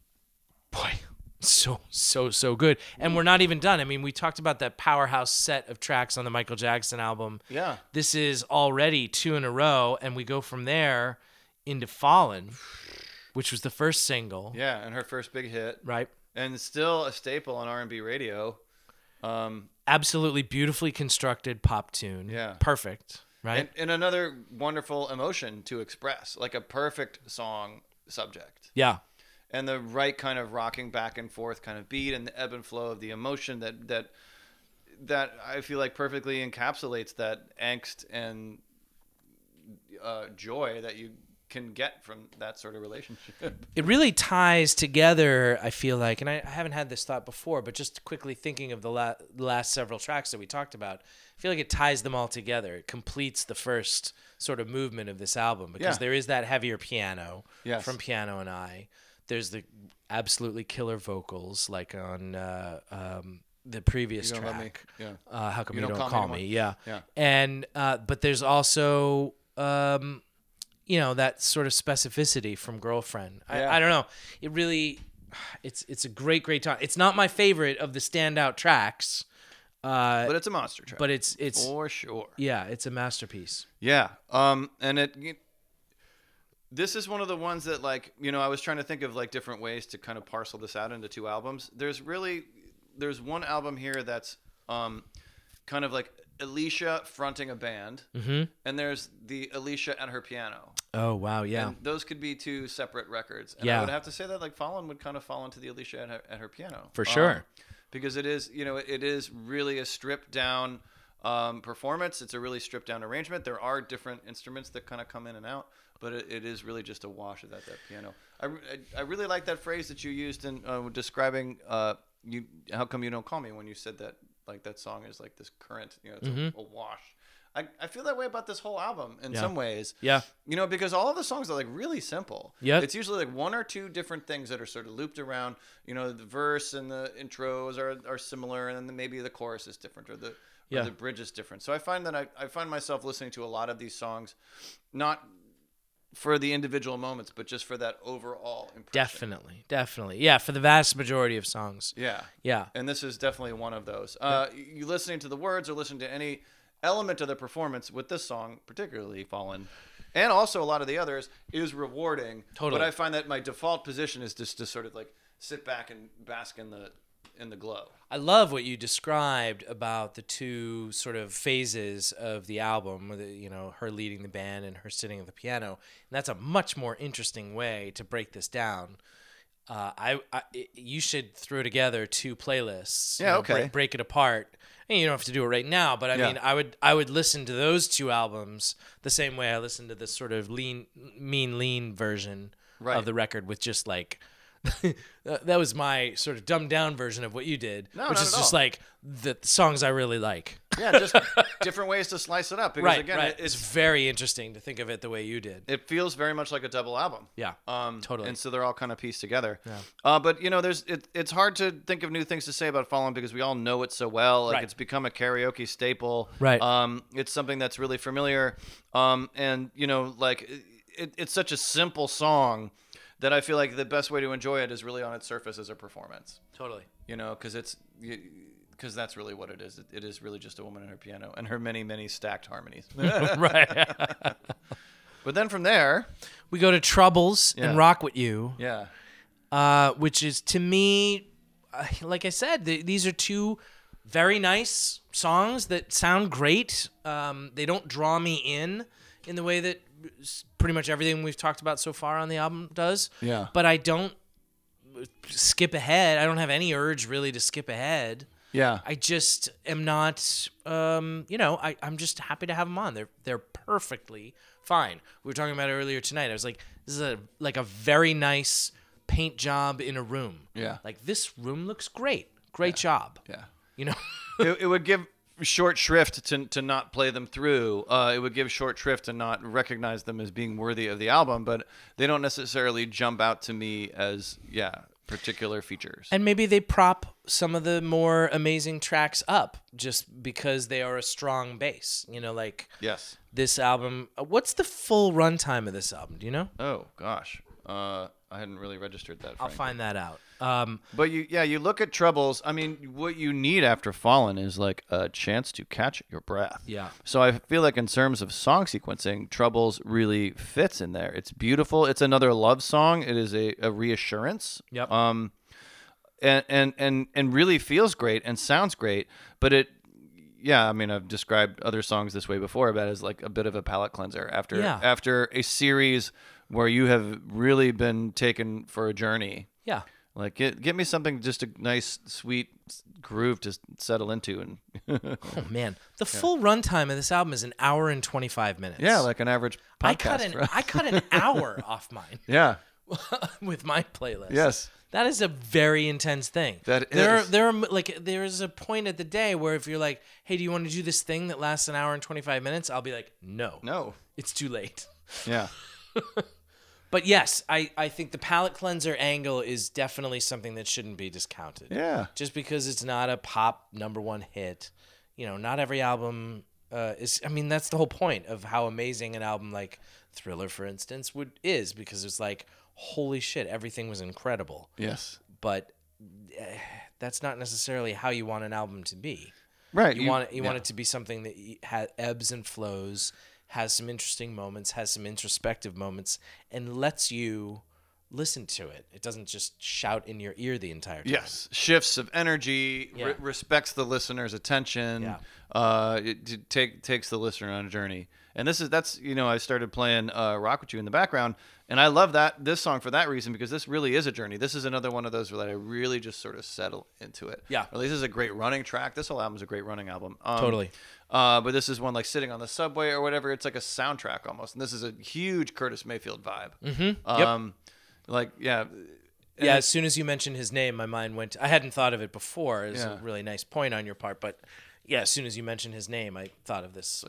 A: boy, so, so, so good. And we're not even done. I mean, we talked about that powerhouse set of tracks on the Michael Jackson album
B: Yeah.
A: this is already two in a row, and we go from there into Fallen, which was the first single,
B: Yeah, and her first big hit
A: right?
B: and still a staple on R&B radio. Um
A: Absolutely beautifully constructed pop tune.
B: Yeah.
A: Perfect, right?
B: and, and another wonderful emotion to express, like a perfect song subject,
A: yeah.
B: and the right kind of rocking back and forth kind of beat, and the ebb and flow of the emotion that that that I feel like perfectly encapsulates that angst and uh, joy that you can get from that sort of relationship.
A: It really ties together, I feel like, and I, I haven't had this thought before, but just quickly thinking of the la- last several tracks that we talked about, I feel like it ties them all together. It completes the first sort of movement of this album because
B: Yeah.
A: there is that heavier piano
B: Yes.
A: from Piano and I. There's the absolutely killer vocals like on uh, um, the previous
B: You Don't
A: track
B: Love Me, yeah.
A: uh, how come you,
B: You
A: don't,
B: Don't
A: call,
B: Call
A: me?
B: Me Anymore.
A: Yeah.
B: Yeah.
A: And uh, but there's also um, you know that sort of specificity from girlfriend.
B: Yeah.
A: I, I don't know. It really, it's it's a great great time. It's not my favorite of the standout tracks, uh,
B: but it's a monster track,
A: but it's it's
B: for sure.
A: yeah, it's a masterpiece.
B: Yeah. Um, and it. This is one of the ones that, like, you know, I was trying to think of like different ways to kind of parcel this out into two albums. There's really, there's one album here that's, um, kind of like Alicia fronting a band, mm-hmm. and there's the Alicia and her piano.
A: Oh wow, yeah,
B: And those could be two separate records. And
A: Yeah.
B: I would have to say that like Fallen would kind of fall into the Alicia and her, and her piano.
A: For
B: Um,
A: sure.
B: because it is, you know, it is really a stripped down um, performance. It's a really stripped down arrangement. There are different instruments that kind of come in and out, but it, it is really just a wash of that, that piano. I, re- I, I really like that phrase that you used in uh, describing uh, you, how come you don't call me when you said that, like that song is like this current, you know, it's a, a wash. I, I feel that way about this whole album in some ways.
A: Mm-hmm. Yeah.
B: You know, because all of the songs are like really simple.
A: Yep.
B: It's usually like one or two different things that are sort of looped around. You know, the verse and the intros are, are similar, and then maybe the chorus is different or the or
A: Yeah.
B: the bridge is different. So I find that I, I find myself listening to a lot of these songs, not for the individual moments, but just for that overall impression.
A: definitely, definitely, yeah. For the vast majority of songs,
B: Yeah.
A: yeah,
B: And this is definitely one of those. Uh, you listening to the words or listening to any element of the performance with this song, particularly Fallen, and also a lot of the others, is rewarding.
A: Totally.
B: But I find that my default position is just to sort of like sit back and bask in the in the glow.
A: I love what you described about the two sort of phases of the album, with, you know, her leading the band and her sitting at the piano. And that's a much more interesting way to break this down. Uh, I, I it- you should throw together two playlists. you
B: Yeah,
A: know,
B: okay.
A: Break, break it apart. And you don't have to do it right now, but I
B: Yeah.
A: mean, I would I would listen to those two albums the same way I listened to this sort of lean, mean, lean version
B: Right.
A: of the record with just like Uh, that was my sort of dumbed down version of what you did,
B: No,
A: which
B: not
A: is
B: at
A: just
B: all.
A: like the songs I really like.
B: Yeah, just different ways to slice it up. Because
A: Right,
B: again,
A: right.
B: It,
A: It's
B: it's,
A: very interesting to think of it the way you did.
B: it feels very much like a double album.
A: Yeah,
B: Um,
A: Totally.
B: And so they're all kind of pieced together. Yeah. Uh, but you know, there's it, it's hard to think of new things to say about Fallen because we all know it so well. Like
A: Right.
B: it's become a karaoke staple.
A: Right.
B: Um, it's something that's really familiar. Um, and you know, like it, it's such a simple song that I feel like the best way to enjoy it is really on its surface as a performance.
A: totally.
B: You know, because it's because that's really what it is. It, it is really just a woman and her piano and her many many stacked harmonies.
A: right.
B: but then from there,
A: We go to Troubles
B: Yeah.
A: and Rock With You,
B: yeah.
A: uh, which is to me, uh, like I said, th- these are two very nice songs that sound great. Um, they don't draw me in in the way that s- pretty much everything we've talked about so far on the album does.
B: Yeah.
A: But I don't uh, skip ahead. I don't have any urge really to skip ahead.
B: Yeah.
A: I just am not, um, you know, I, I'm just happy to have them on. They're they're perfectly fine. We were talking about it earlier tonight. I was like, this is a like a very nice paint job in a room.
B: Yeah.
A: Like this room looks great. Great job.
B: yeah.
A: You know.
B: it, it would give short shrift to, to not play them through. Uh, it would give short shrift to not recognize them as being worthy of the album, but they don't necessarily jump out to me as, yeah, particular features.
A: and maybe they prop some of the more amazing tracks up just because they are a strong base. You know, like
B: yes.
A: this album. uh, What's the full runtime of this album? Do you know?
B: Oh, gosh. Uh, I hadn't really registered that.
A: I'll
B: Frank.
A: find that out. Um,
B: But you, yeah, you look at troubles. I mean, what you need after Fallen is like a chance to catch your breath.
A: Yeah.
B: So I feel like in terms of song sequencing, troubles really fits in there. It's beautiful. It's another love song. It is a, a reassurance.
A: Yep.
B: Um, and and and and really feels great and sounds great. But it, yeah, I mean, I've described other songs this way before about it as like a bit of a palate cleanser after
A: Yeah.
B: after a series where you have really been taken for a journey.
A: yeah.
B: Like get get me something just a nice sweet s- groove to s- settle into and
A: Oh man, the full runtime of this album is an hour and twenty five minutes.
B: yeah, like an average podcast.
A: I cut an
B: for us.
A: I cut an hour off mine
B: yeah,
A: with my playlist.
B: yes,
A: that is a very intense thing.
B: That
A: there
B: is.
A: Are, there are like there is a point at the day where if you're like, hey, do you want to do this thing that lasts an hour and twenty five minutes? I'll be like, no,
B: no,
A: it's too late.
B: yeah,
A: But yes, I I think the palate cleanser angle is definitely something that shouldn't be discounted.
B: yeah,
A: just because it's not a pop number one hit you know not every album uh, is i mean that's the whole point of how amazing an album like thriller for instance would is because it's like holy shit everything was incredible
B: yes,
A: but eh, that's not necessarily how you want an album to be
B: right.
A: you, want it, you want
B: yeah.
A: it to be something that y- ha- ebbs and flows, has some interesting moments, has some introspective moments, and lets you listen to it. It doesn't just shout in your ear the entire time.
B: Yes, shifts of energy
A: Yeah.
B: re- respects the listener's attention.
A: Yeah.
B: Uh, it t- take takes the listener on a journey, and this is that's you know I started playing uh, "Rock with You" in the background, and I love that this song for that reason because this really is a journey. This is another one of those where that I really just sort of settle into it.
A: Yeah.
B: Or this is a great running track. This whole album is a great running album. Um,
A: Totally.
B: Uh, but this is one like sitting on the subway or whatever. It's like a soundtrack almost, and this is a huge Curtis Mayfield vibe. Mm-hmm.
A: Yep.
B: Um, like yeah.
A: Yeah, as soon as you mentioned his name, my mind went. I hadn't thought of it before. It's
B: Yeah.
A: a really nice point on your part, but yeah, as soon as you mentioned his name, I thought of this.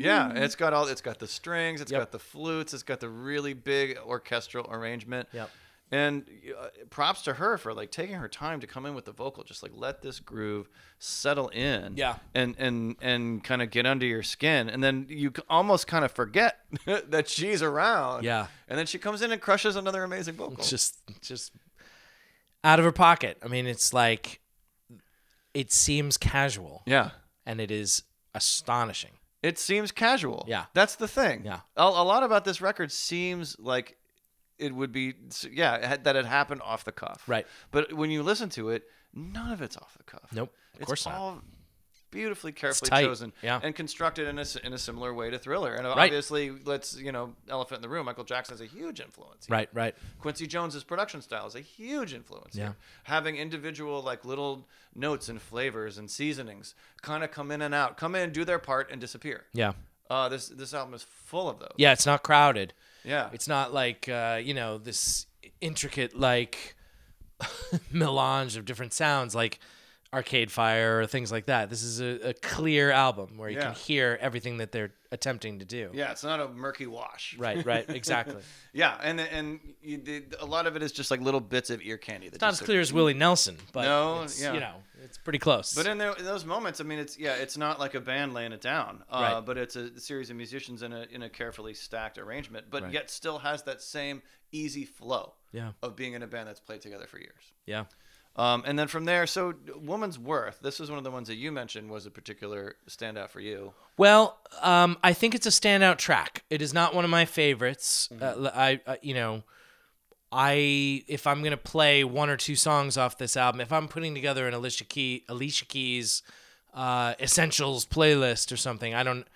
B: Yeah, it's got all. It's got the strings. It's
A: Mm. Yep.
B: got the flutes. It's got the really big orchestral arrangement.
A: Yep.
B: And uh, props to her for like taking her time to come in with the vocal. Just like let this groove settle in.
A: Yeah.
B: And and and kind of get under your skin, and then you c- almost kind of forget that she's around.
A: Yeah.
B: And then she comes in and crushes another amazing vocal.
A: just just out of her pocket. I mean, it's like it seems casual,
B: yeah.
A: and it is astonishing.
B: It seems casual.
A: Yeah.
B: That's the thing.
A: Yeah.
B: A, a lot about this record seems like it would be, yeah, it had- that it happened off the cuff.
A: Right.
B: But when you listen to it, none of it's off the cuff.
A: Nope, of
B: it's
A: course not.
B: all beautifully, carefully
A: tight,
B: chosen
A: yeah.
B: and constructed in a, s- in a similar way to Thriller. And uh,
A: Right.
B: obviously, let's, you know, elephant in the room, Michael Jackson's a huge influence. here.
A: Right, right.
B: Quincy Jones's production style is a huge influence.
A: Yeah.
B: here. Having individual like little notes and flavors and seasonings kind of come in and out, come in, do their part, and disappear.
A: Yeah,
B: Uh, this this album is full of those.
A: yeah. It's not crowded.
B: Yeah.
A: It's not like uh, you know this intricate like melange of different sounds, like Arcade Fire or things like that. This is a, a clear album where you
B: Yeah.
A: can hear everything that they're attempting to do.
B: Yeah, it's not a murky wash.
A: Right, right, exactly.
B: Yeah, and and you, did- a lot of it is just like little bits of ear candy. That
A: Not as
B: just-
A: clear as Willie Nelson, but
B: No,
A: it's,
B: yeah.
A: you know, it's pretty close.
B: But in, tho- those moments, I mean, it's yeah, it's not like a band laying it down, uh,
A: Right.
B: but it's a series of musicians in a in a carefully stacked arrangement, but
A: Right.
B: yet still has that same easy flow
A: yeah,
B: of being in a band that's played together for years.
A: yeah.
B: Um, and then from there, so Woman's Worth, this is one of the ones that you mentioned was a particular standout for you.
A: Well, um, I think it's a standout track. It is not one of my favorites. Uh, l- I, uh, you know, I if I'm gonna play one or two songs off this album, if I'm putting together an Alicia Key, Alicia Keys uh, essentials playlist or something, I don't.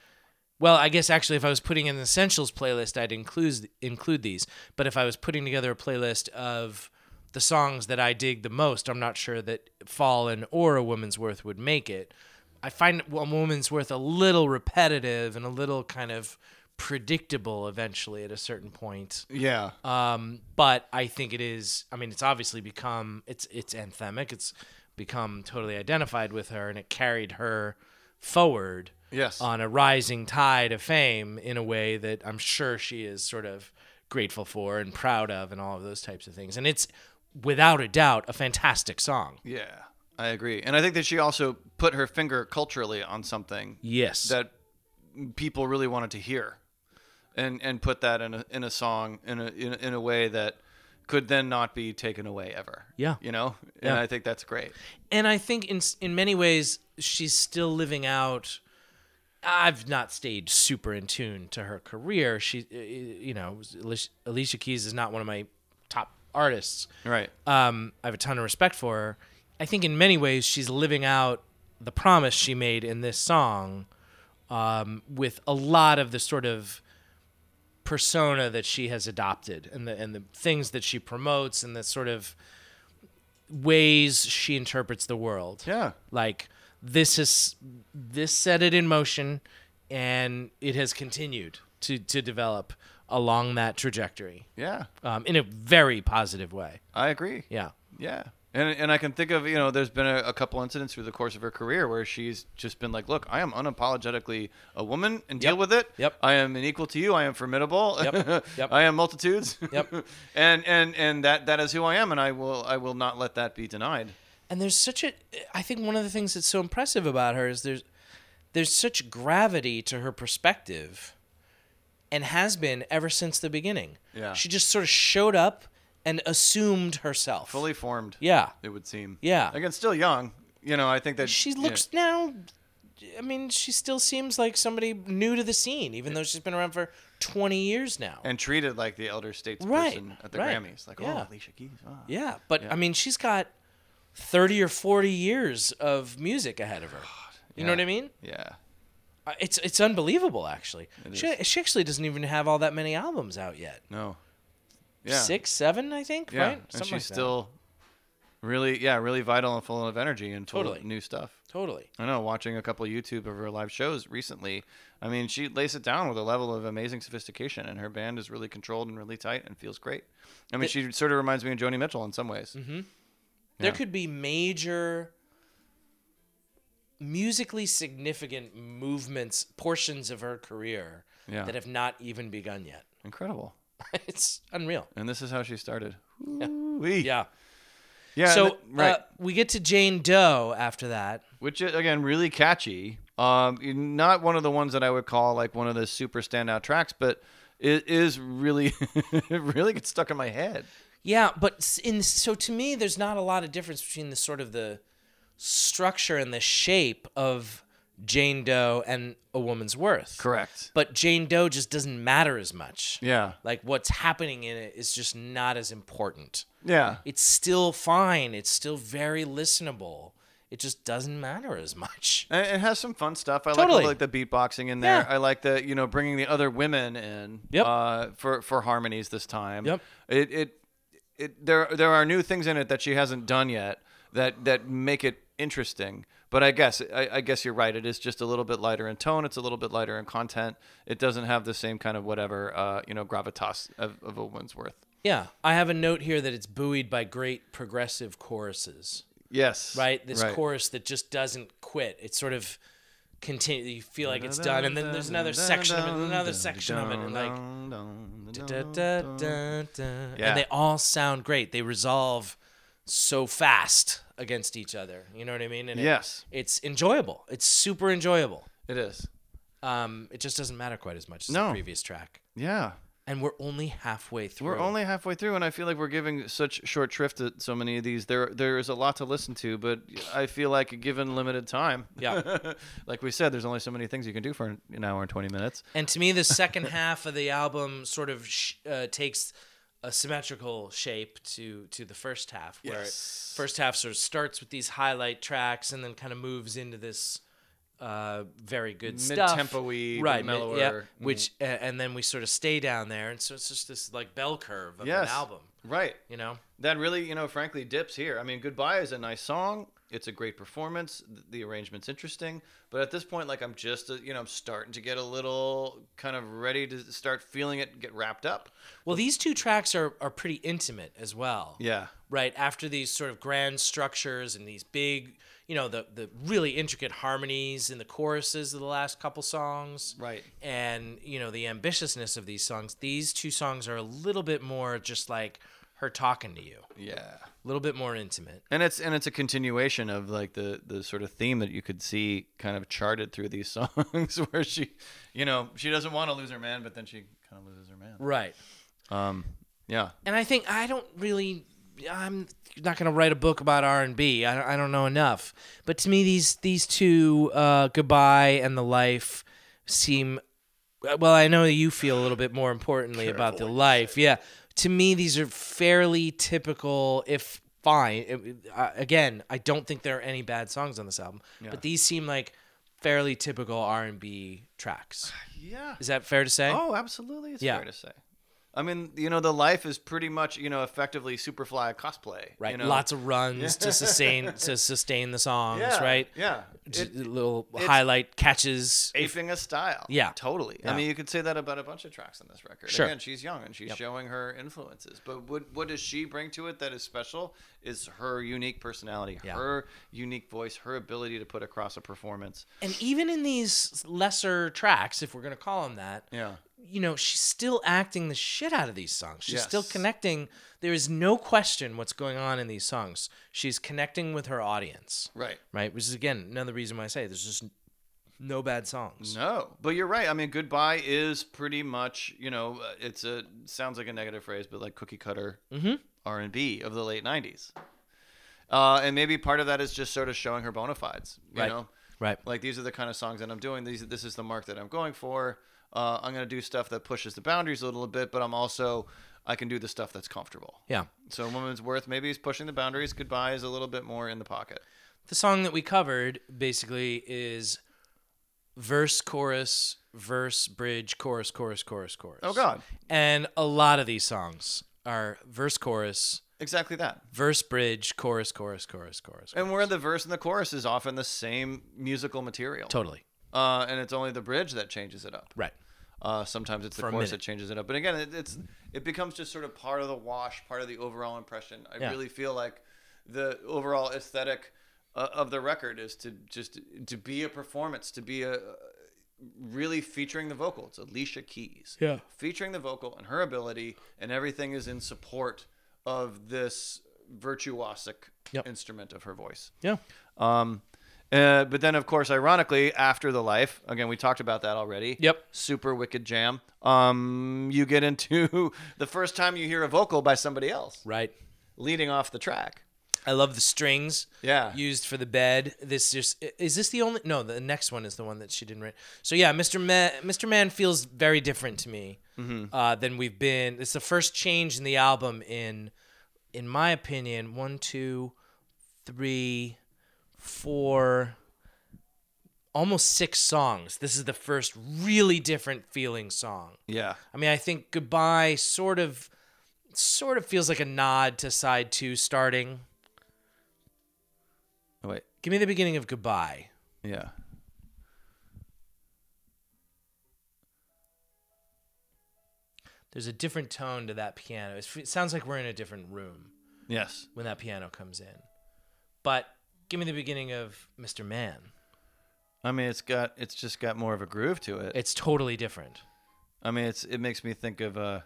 A: Well, I guess actually, if I was putting in an essentials playlist, I'd include include these. But if I was putting together a playlist of the songs that I dig the most, I'm not sure that Fallen or A Woman's Worth would make it. I find A Woman's Worth a little repetitive and a little kind of predictable eventually at a certain point.
B: Yeah.
A: Um, but I think it is. I mean, it's obviously become it's it's anthemic. It's become totally identified with her, and it carried her forward
B: yes.
A: on a rising tide of fame in a way that I'm sure she is sort of grateful for and proud of, and all of those types of things. And it's without a doubt a fantastic song.
B: yeah, I agree. And I think that she also put her finger culturally on something
A: Yes,
B: that people really wanted to hear, and and put that in a in a song in a in, a- in a way that could then not be taken away ever.
A: Yeah.
B: you know, and I think that's great.
A: and I think in s- in many ways she's still living out. I've not stayed super in tune to her career. She, uh, you know, Alicia- Alicia Keys is not one of my top artists.
B: Right.
A: Um, I have a ton of respect for her. I think in many ways she's living out the promise she made in this song, um, with a lot of the sort of persona that she has adopted and the and the things that she promotes and the sort of ways she interprets the world
B: Yeah.
A: like this is this set it in motion and it has continued to to develop along that trajectory
B: Yeah.
A: um, in a very positive way
B: I agree.
A: yeah
B: Yeah. And, and I can think of, you know, there's been a, a couple incidents through the course of her career where she's just been like, look, I am unapologetically a woman and deal with it.
A: Yep.
B: I am unequal to you. I am formidable.
A: Yep. Yep.
B: I am multitudes.
A: Yep.
B: and, and, and that, that is who I am. And I will, I will not let that be denied.
A: and there's such a i think one of the things that's so impressive about her is there's there's such gravity to her perspective and has been ever since the beginning
B: Yeah.
A: she just sort of showed up and assumed herself
B: Fully formed.
A: yeah
B: It would seem.
A: Yeah.
B: Again, still young. You know, I think that
A: she
B: you know,
A: looks now i mean she still seems like somebody new to the scene even though she's been around for 20 years now
B: and treated like the elder statesperson
A: Right,
B: at the
A: right.
B: Grammys. Like,
A: Yeah.
B: oh, Alicia Keys. ah.
A: yeah but i mean she's got 30 or 40 years of music ahead of her you know
B: yeah.
A: what i mean
B: Yeah.
A: Uh, it's it's unbelievable actually she, she actually doesn't even have all that many albums out yet
B: No. Yeah.
A: six seven i think
B: Yeah,
A: right
B: and she's
A: like that.
B: still really, yeah, really vital and full of energy and full
A: Totally.
B: of new stuff.
A: totally
B: I know. Watching a couple YouTube of her live shows recently, I mean, she lays it down with a level of amazing sophistication, and her band is really controlled and really tight and feels great. I mean, she sort of reminds me of Joni Mitchell in some ways.
A: Mm-hmm. There
B: Yeah.
A: could be major musically significant movements, portions of her career
B: Yeah.
A: that have not even begun yet.
B: Incredible.
A: it's unreal.
B: And this is how she started. Ooh-wee.
A: Yeah.
B: yeah. and
A: so
B: th- right,
A: uh, we get to Jane Doe after that.
B: which is, again really catchy. Um, not one of the ones that I would call like one of the super standout tracks, but it is really, it really gets stuck in my head.
A: Yeah, but s- in so to me, there's not a lot of difference between the sort of the structure and the shape of Jane Doe and A Woman's Worth.
B: Correct.
A: But Jane Doe just doesn't matter as much.
B: Yeah.
A: Like what's happening in it is just not as important.
B: Yeah.
A: it's still fine. It's still very listenable. It just doesn't matter as much.
B: And it has some fun stuff. I
A: Totally.
B: like, I like the beatboxing in there.
A: Yeah.
B: I like the you know bringing the other women in
A: Yep.
B: uh, for for harmonies this time.
A: Yep.
B: It it it there there are new things in it that she hasn't done yet that that make it interesting. But I guess I, I guess you're right. It is just a little bit lighter in tone. It's a little bit lighter in content. It doesn't have the same kind of whatever uh, you know gravitas of, of a woman's worth.
A: Yeah, I have a note here that it's buoyed by great progressive choruses.
B: Yes.
A: Right, this
B: Right.
A: chorus that just doesn't quit. It's sort of continue. You feel like it's done, and then there's another section of it, and another section of it, and like da, da, da, da.
B: Yeah.
A: and they all sound great. They resolve so fast against each other. You know what I mean? And it-
B: Yes.
A: it's enjoyable. It's super enjoyable.
B: It is.
A: Um, it just doesn't matter quite as much as the
B: No.
A: previous track.
B: Yeah.
A: And we're only halfway through.
B: We're only halfway through, and I feel like we're giving such short shrift to so many of these. There, there is a lot to listen to, but I feel like given limited time,
A: yeah.
B: like we said, there's only so many things you can do for an- an hour and twenty minutes.
A: And to me, the second half of the album sort of sh- uh, takes a symmetrical shape to to the first half, where
B: Yes.
A: it, first half sort of starts with these highlight tracks and then kind of moves into this uh, very good stuff,
B: Mid-tempo-y,
A: right? mid-
B: mellower.
A: yeah,
B: Mhm.
A: Which a- and then we sort of stay down there, and so it's just this like bell curve of
B: Yes.
A: an album,
B: Right.
A: you know?
B: That really, you know, frankly, dips here. I mean, Goodbye is a nice song. It's a great performance. Th- The arrangement's interesting. But at this point, like, I'm just, uh, you know, I'm starting to get a little kind of ready to start feeling it get wrapped up.
A: Well, these two tracks are are pretty intimate as well.
B: Yeah.
A: right after these sort of grand structures and these big you know the the really intricate harmonies in the choruses of the last couple songs
B: Right.
A: and you know the ambitiousness of these songs these two songs are a little bit more just like her talking to you
B: Yeah.
A: a little bit more intimate
B: And it's and it's a continuation of like the the sort of theme that you could see kind of charted through these songs, where she, you know, she doesn't want to lose her man, but then she kind of loses her man.
A: right
B: Um. Yeah.
A: and i think i don't really i'm not going to write a book about r&b I, don't- I don't know enough but to me these these two uh, goodbye and the life seem well i know you feel a little bit more importantly about the life yeah to me these are fairly typical if fine It- uh, again i don't think there are any bad songs on this album but these seem like fairly typical r&b tracks
B: Yeah.
A: is that fair to say
B: Oh, absolutely. It's
A: Eh, Yeah.
B: fair to say. I mean, you know, the life is pretty much, you know, effectively Superfly cosplay.
A: right
B: You know?
A: lots of runs to sustain to sustain the songs
B: yeah,
A: right
B: Yeah.
A: J-
B: It-
A: little highlight catches
B: aping a style.
A: Yeah.
B: Totally.
A: Yeah.
B: I mean, you could say that about a bunch of tracks on this record.
A: Sure.
B: Again, she's young and she's showing her influences. But what what does she bring to it that is special is her unique personality,
A: Yeah.
B: her unique voice, her ability to put across a performance.
A: and even in these lesser tracks if we're going to call them that
B: Yeah.
A: you know she's still acting the shit out of these songs she's still
B: Yes.
A: connecting there is no question what's going on in these songs she's connecting with her audience
B: Right.
A: right which is again another reason why i say there's just no bad songs
B: No, but you're right. I mean, goodbye is pretty much you know uh, it's a sounds like a negative phrase, but like cookie cutter R and B of the late '90s. Uh, and maybe part of that is just sort of showing her bona fides. You
A: Right.
B: know,
A: right
B: like these are the kind of songs that I'm doing. These this is the mark that I'm going for. Uh, I'm gonna do stuff that pushes the boundaries a little bit, but I'm also I can do the stuff that's comfortable.
A: yeah
B: So woman's worth maybe is pushing the boundaries. Goodbye is a little bit more in the pocket.
A: the song that we covered basically is verse chorus verse bridge chorus chorus chorus chorus
B: Oh God,
A: and a lot of these songs are verse chorus
B: exactly that.
A: verse bridge chorus chorus chorus chorus
B: And where the verse and the chorus is often the same musical material.
A: totally
B: uh, and it's only the bridge that changes it up.
A: right
B: Uh, sometimes it's the
A: a
B: chorus that
A: minute.
B: changes it up, but again, it, it's it becomes just sort of part of the wash, part of the overall impression. I
A: Yeah.
B: really feel like the overall aesthetic uh, of the record is to just to be a performance, to be a really featuring the vocal. It's Alicia Keys,
A: Yeah.
B: featuring the vocal and her ability, and everything is in support of this virtuosic
A: Yep.
B: instrument of her voice.
A: yeah
B: Um, uh, but then, of course, ironically, after the life, again, we talked about that already.
A: Yep.
B: Super wicked jam. Um, you get into the first time you hear a vocal by somebody else
A: right
B: leading off the track.
A: i love the strings
B: Yeah.
A: used for the bed this just is this the only no the next one is the one that she didn't write so yeah mr man mr man feels very different to me uh, than we've been it's the first change in the album in in my opinion one two three four almost six songs this is the first really different feeling song
B: yeah.
A: I mean, I think goodbye sort of sort of feels like a nod to side two starting.
B: Oh, wait.
A: Give me the beginning of goodbye.
B: Yeah.
A: There's a different tone to that piano. It's, it sounds like we're in a different room
B: Yes.
A: when that piano comes in. But give me the beginning of Mr. Man.
B: I mean, it's got it's just got more of a groove to it.
A: It's totally different.
B: I mean, it's it makes me think of uh.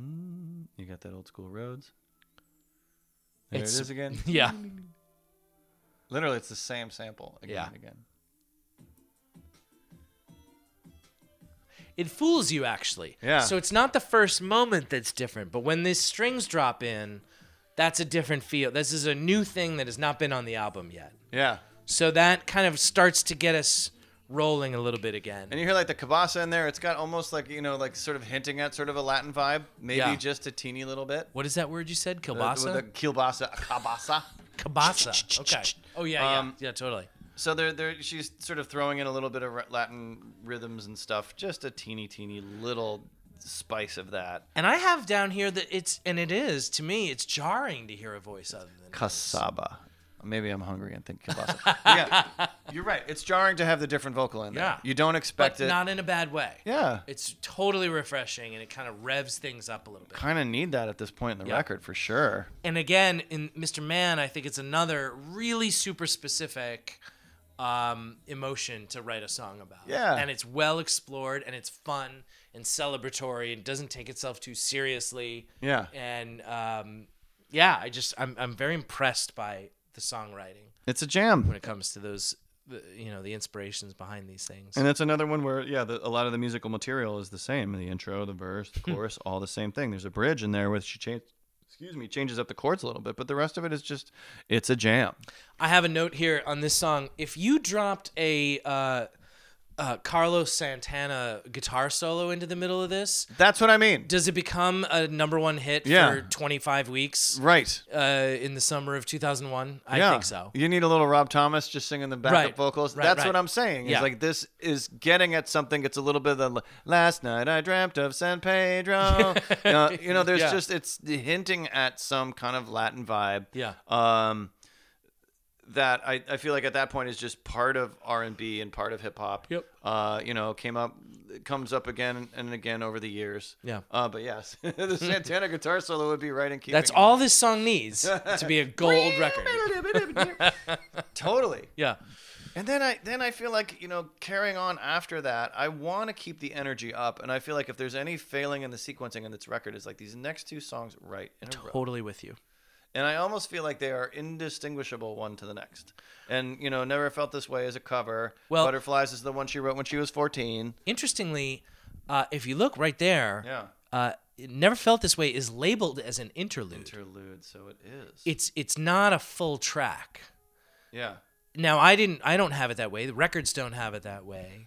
B: Mm, You got that old school Rhodes. There
A: It's-
B: it is again.
A: Yeah.
B: Literally, it's the same sample again
A: Yeah.
B: and again.
A: It fools you actually.
B: Yeah.
A: So it's not the first moment that's different, but when these strings drop in, that's a different feel. This is a new thing that has not been on the album yet.
B: Yeah.
A: So that kind of starts to get us rolling a little bit again.
B: And you hear like the cabasa in there. It's got almost like you know, like sort of hinting at sort of a Latin vibe, maybe
A: Yeah.
B: just a teeny little bit.
A: What is that word you said?
B: The-
A: Kielbasa?
B: The, kielbasa, cabasa.
A: Kielbasa. Okay. Oh yeah, yeah,
B: Um,
A: yeah, totally.
B: So they're, they're, she's sort of throwing in a little bit of Latin rhythms and stuff, just a teeny, teeny little spice of that.
A: And I have down here that it's and it is to me. It's jarring to hear a voice other than
B: Cassava. Maybe I'm hungry and think kielbasa. yeah, you're right. It's jarring to have the different vocal in there.
A: Yeah.
B: You don't expect
A: but
B: it.
A: not in a bad way.
B: yeah.
A: It's totally refreshing and it kind of revs things up a little bit.
B: Kind of need that at this point in the
A: Yeah.
B: record for sure.
A: And again, in Mr. Man, I think it's another really super specific um, emotion to write a song about.
B: Yeah.
A: And it's well explored and it's fun and celebratory and doesn't take itself too seriously.
B: Yeah.
A: And um, yeah, I just, I'm, I'm very impressed by the songwriting
B: It's a jam.
A: when it comes to those, the, you know, the inspirations behind these things.
B: And that's another one where, yeah, the, a lot of the musical material is the same. The intro, the verse, the chorus, all the same thing. There's a bridge in there where she changes, excuse me, changes up the chords a little bit, but the rest of it is just, it's a jam.
A: I have a note here on this song. If you dropped a uh, uh, Carlos Santana guitar solo into the middle of this,
B: That's what I mean.
A: does it become a number one hit
B: Yeah.
A: for 25 weeks
B: Right.
A: uh, in the summer of 2001? I
B: yeah.
A: think so.
B: You need a little Rob Thomas just singing the backup
A: Right.
B: vocals.
A: Right,
B: That's
A: right.
B: what I'm saying. It's
A: Yeah.
B: like this is getting at something. It's a little bit of the l- last night I dreamt of San Pedro. Uh, you know, there's
A: Yeah.
B: just it's hinting at some kind of Latin vibe.
A: Yeah.
B: um, that I, I feel like at that point is just part of R and B and part of hip hop.
A: Yep.
B: Uh, you know, came up, comes up again and again over the years.
A: Yeah.
B: Uh, but yes, the Santana guitar solo would be right in keeping.
A: That's all this song needs to be a gold record.
B: totally.
A: Yeah.
B: And then I then I feel like you know carrying on after that, I want to keep the energy up, and I feel like if there's any failing in the sequencing in this record, is like these next two songs right in a row.
A: Totally with you.
B: and I almost feel like they are indistinguishable one to the next. And you know, never felt this way as a cover.
A: Well-
B: Butterflies is the one she wrote when she was fourteen.
A: Interestingly, uh, if you look right there,
B: Yeah,
A: uh, It Never Felt This Way is labeled as an interlude.
B: interlude. So it is.
A: It's it's not a full track.
B: yeah,
A: Now I didn't I don't have it that way. The records don't have it that way.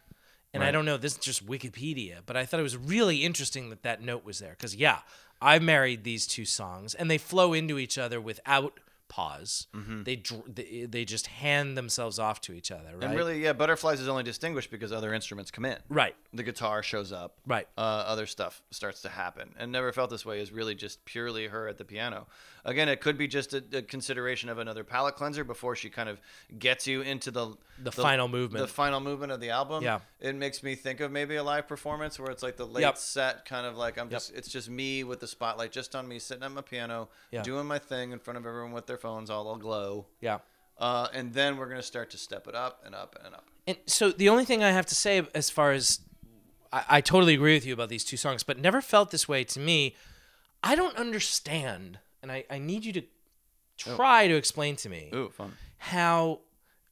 A: And I
B: Right.
A: don't know, this is just Wikipedia, but I thought it was really interesting that that note was there cuz yeah, I married these two songs and they flow into each other without pause.
B: Mm-hmm.
A: They dr- they they just hand themselves off to each other, right?
B: and really, yeah, butterflies is only distinguished because other instruments come in.
A: right.
B: The guitar shows up.
A: Right.
B: uh, other stuff starts to happen. And Never Felt This Way is really just purely her at the piano. Again, it could be just a, a consideration of another palate cleanser before she kind of gets you into the,
A: The final movement.
B: The final movement of the album.
A: Yeah.
B: It makes me think of maybe a live performance where it's like the late
A: Yep.
B: set kind of like I'm just it's just me with the spotlight just on me sitting at my piano
A: Yeah.
B: doing my thing in front of everyone with their phones all aglow.
A: Yeah.
B: Uh, and then we're gonna start to step it up and up and up.
A: And so the only thing I have to say as far as I, I totally agree with you about these two songs, but never felt this way to me. I don't understand, and I, I need you to
B: Oh.
A: try to explain to me
B: Ooh, fun.
A: how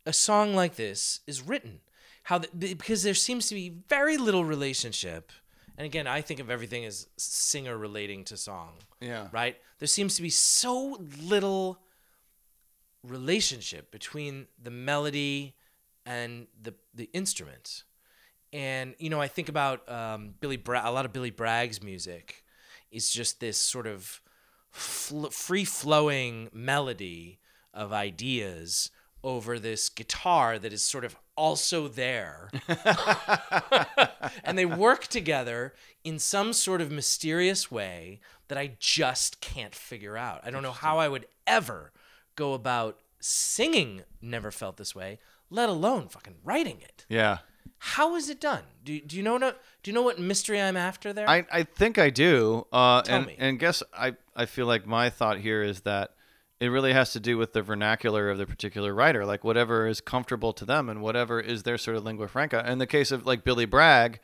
A: a song like this is written. How the, be- because there seems to be very little relationship. And again, I think of everything as singer relating to song,
B: Yeah.
A: right? There seems to be so little relationship between the melody and the the instrument. And you know, I think about um, Billy Bra- a lot of Billy Bragg's music is just this sort of fl- free flowing melody of ideas over this guitar that is sort of also there. and they work together in some sort of mysterious way that I just can't figure out. I don't know how I would ever go about singing Never Felt This Way, let alone fucking writing it.
B: Yeah.
A: How is it done? Do, do you know no, do you know what mystery I'm after there?
B: I, I think I do. Uh, and
A: me.
B: and guess I I feel like my thought here is that it really has to do with the vernacular of the particular writer, like whatever is comfortable to them and whatever is their sort of lingua franca. In the case of like Billy Bragg,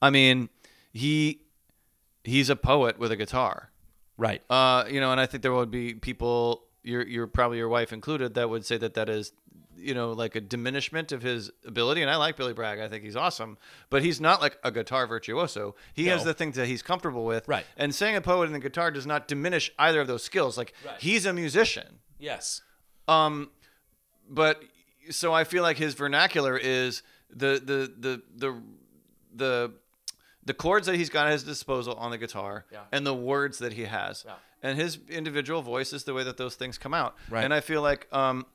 B: I mean, he he's a poet with a guitar.
A: right.
B: Uh, you know, and I think there would be people, your your probably your wife included, that would say that that is, you know, like a diminishment of his ability. And I like Billy Bragg; I think he's awesome, but he's not like a guitar virtuoso. He has
A: No.
B: the things that he's comfortable with,
A: Right.
B: And saying a poet and the guitar does not diminish either of those skills. Like
A: Right.
B: he's a musician,
A: yes.
B: um, but so I feel like his vernacular is the the the the the the chords that he's got at his disposal on the guitar
A: Yeah.
B: and the words that he has.
A: Yeah.
B: And his individual voice is the way that those things come out.
A: Right.
B: And I feel like um,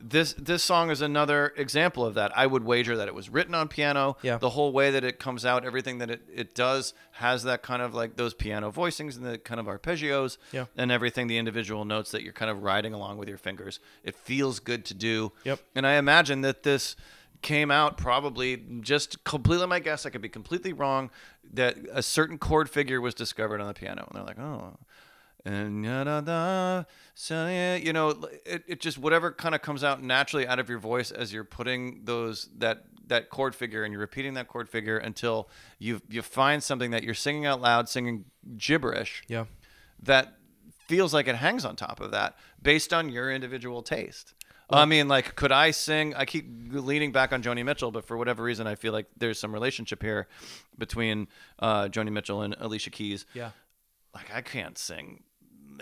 B: this this song is another example of that. I would wager that it was written on piano.
A: Yeah.
B: The whole way that it comes out, everything that it, it does has that kind of like those piano voicings and the kind of arpeggios
A: Yeah.
B: and everything, the individual notes that you're kind of riding along with your fingers. It feels good to do.
A: Yep.
B: And I imagine that this came out probably just completely my guess. I could be completely wrong. That a certain chord figure was discovered on the piano, and they're like, oh. And da da da, so yeah, you know, it, it just whatever kind of comes out naturally out of your voice as you're putting those that that chord figure and you're repeating that chord figure until you you find something that you're singing out loud, singing gibberish
A: Yeah.
B: that feels like it hangs on top of that based on your individual taste. I mean, like, could I sing? I keep leaning back on Joni Mitchell, but for whatever reason, I feel like there's some relationship here between uh, Joni Mitchell and Alicia Keys.
A: Yeah.
B: Like, I can't sing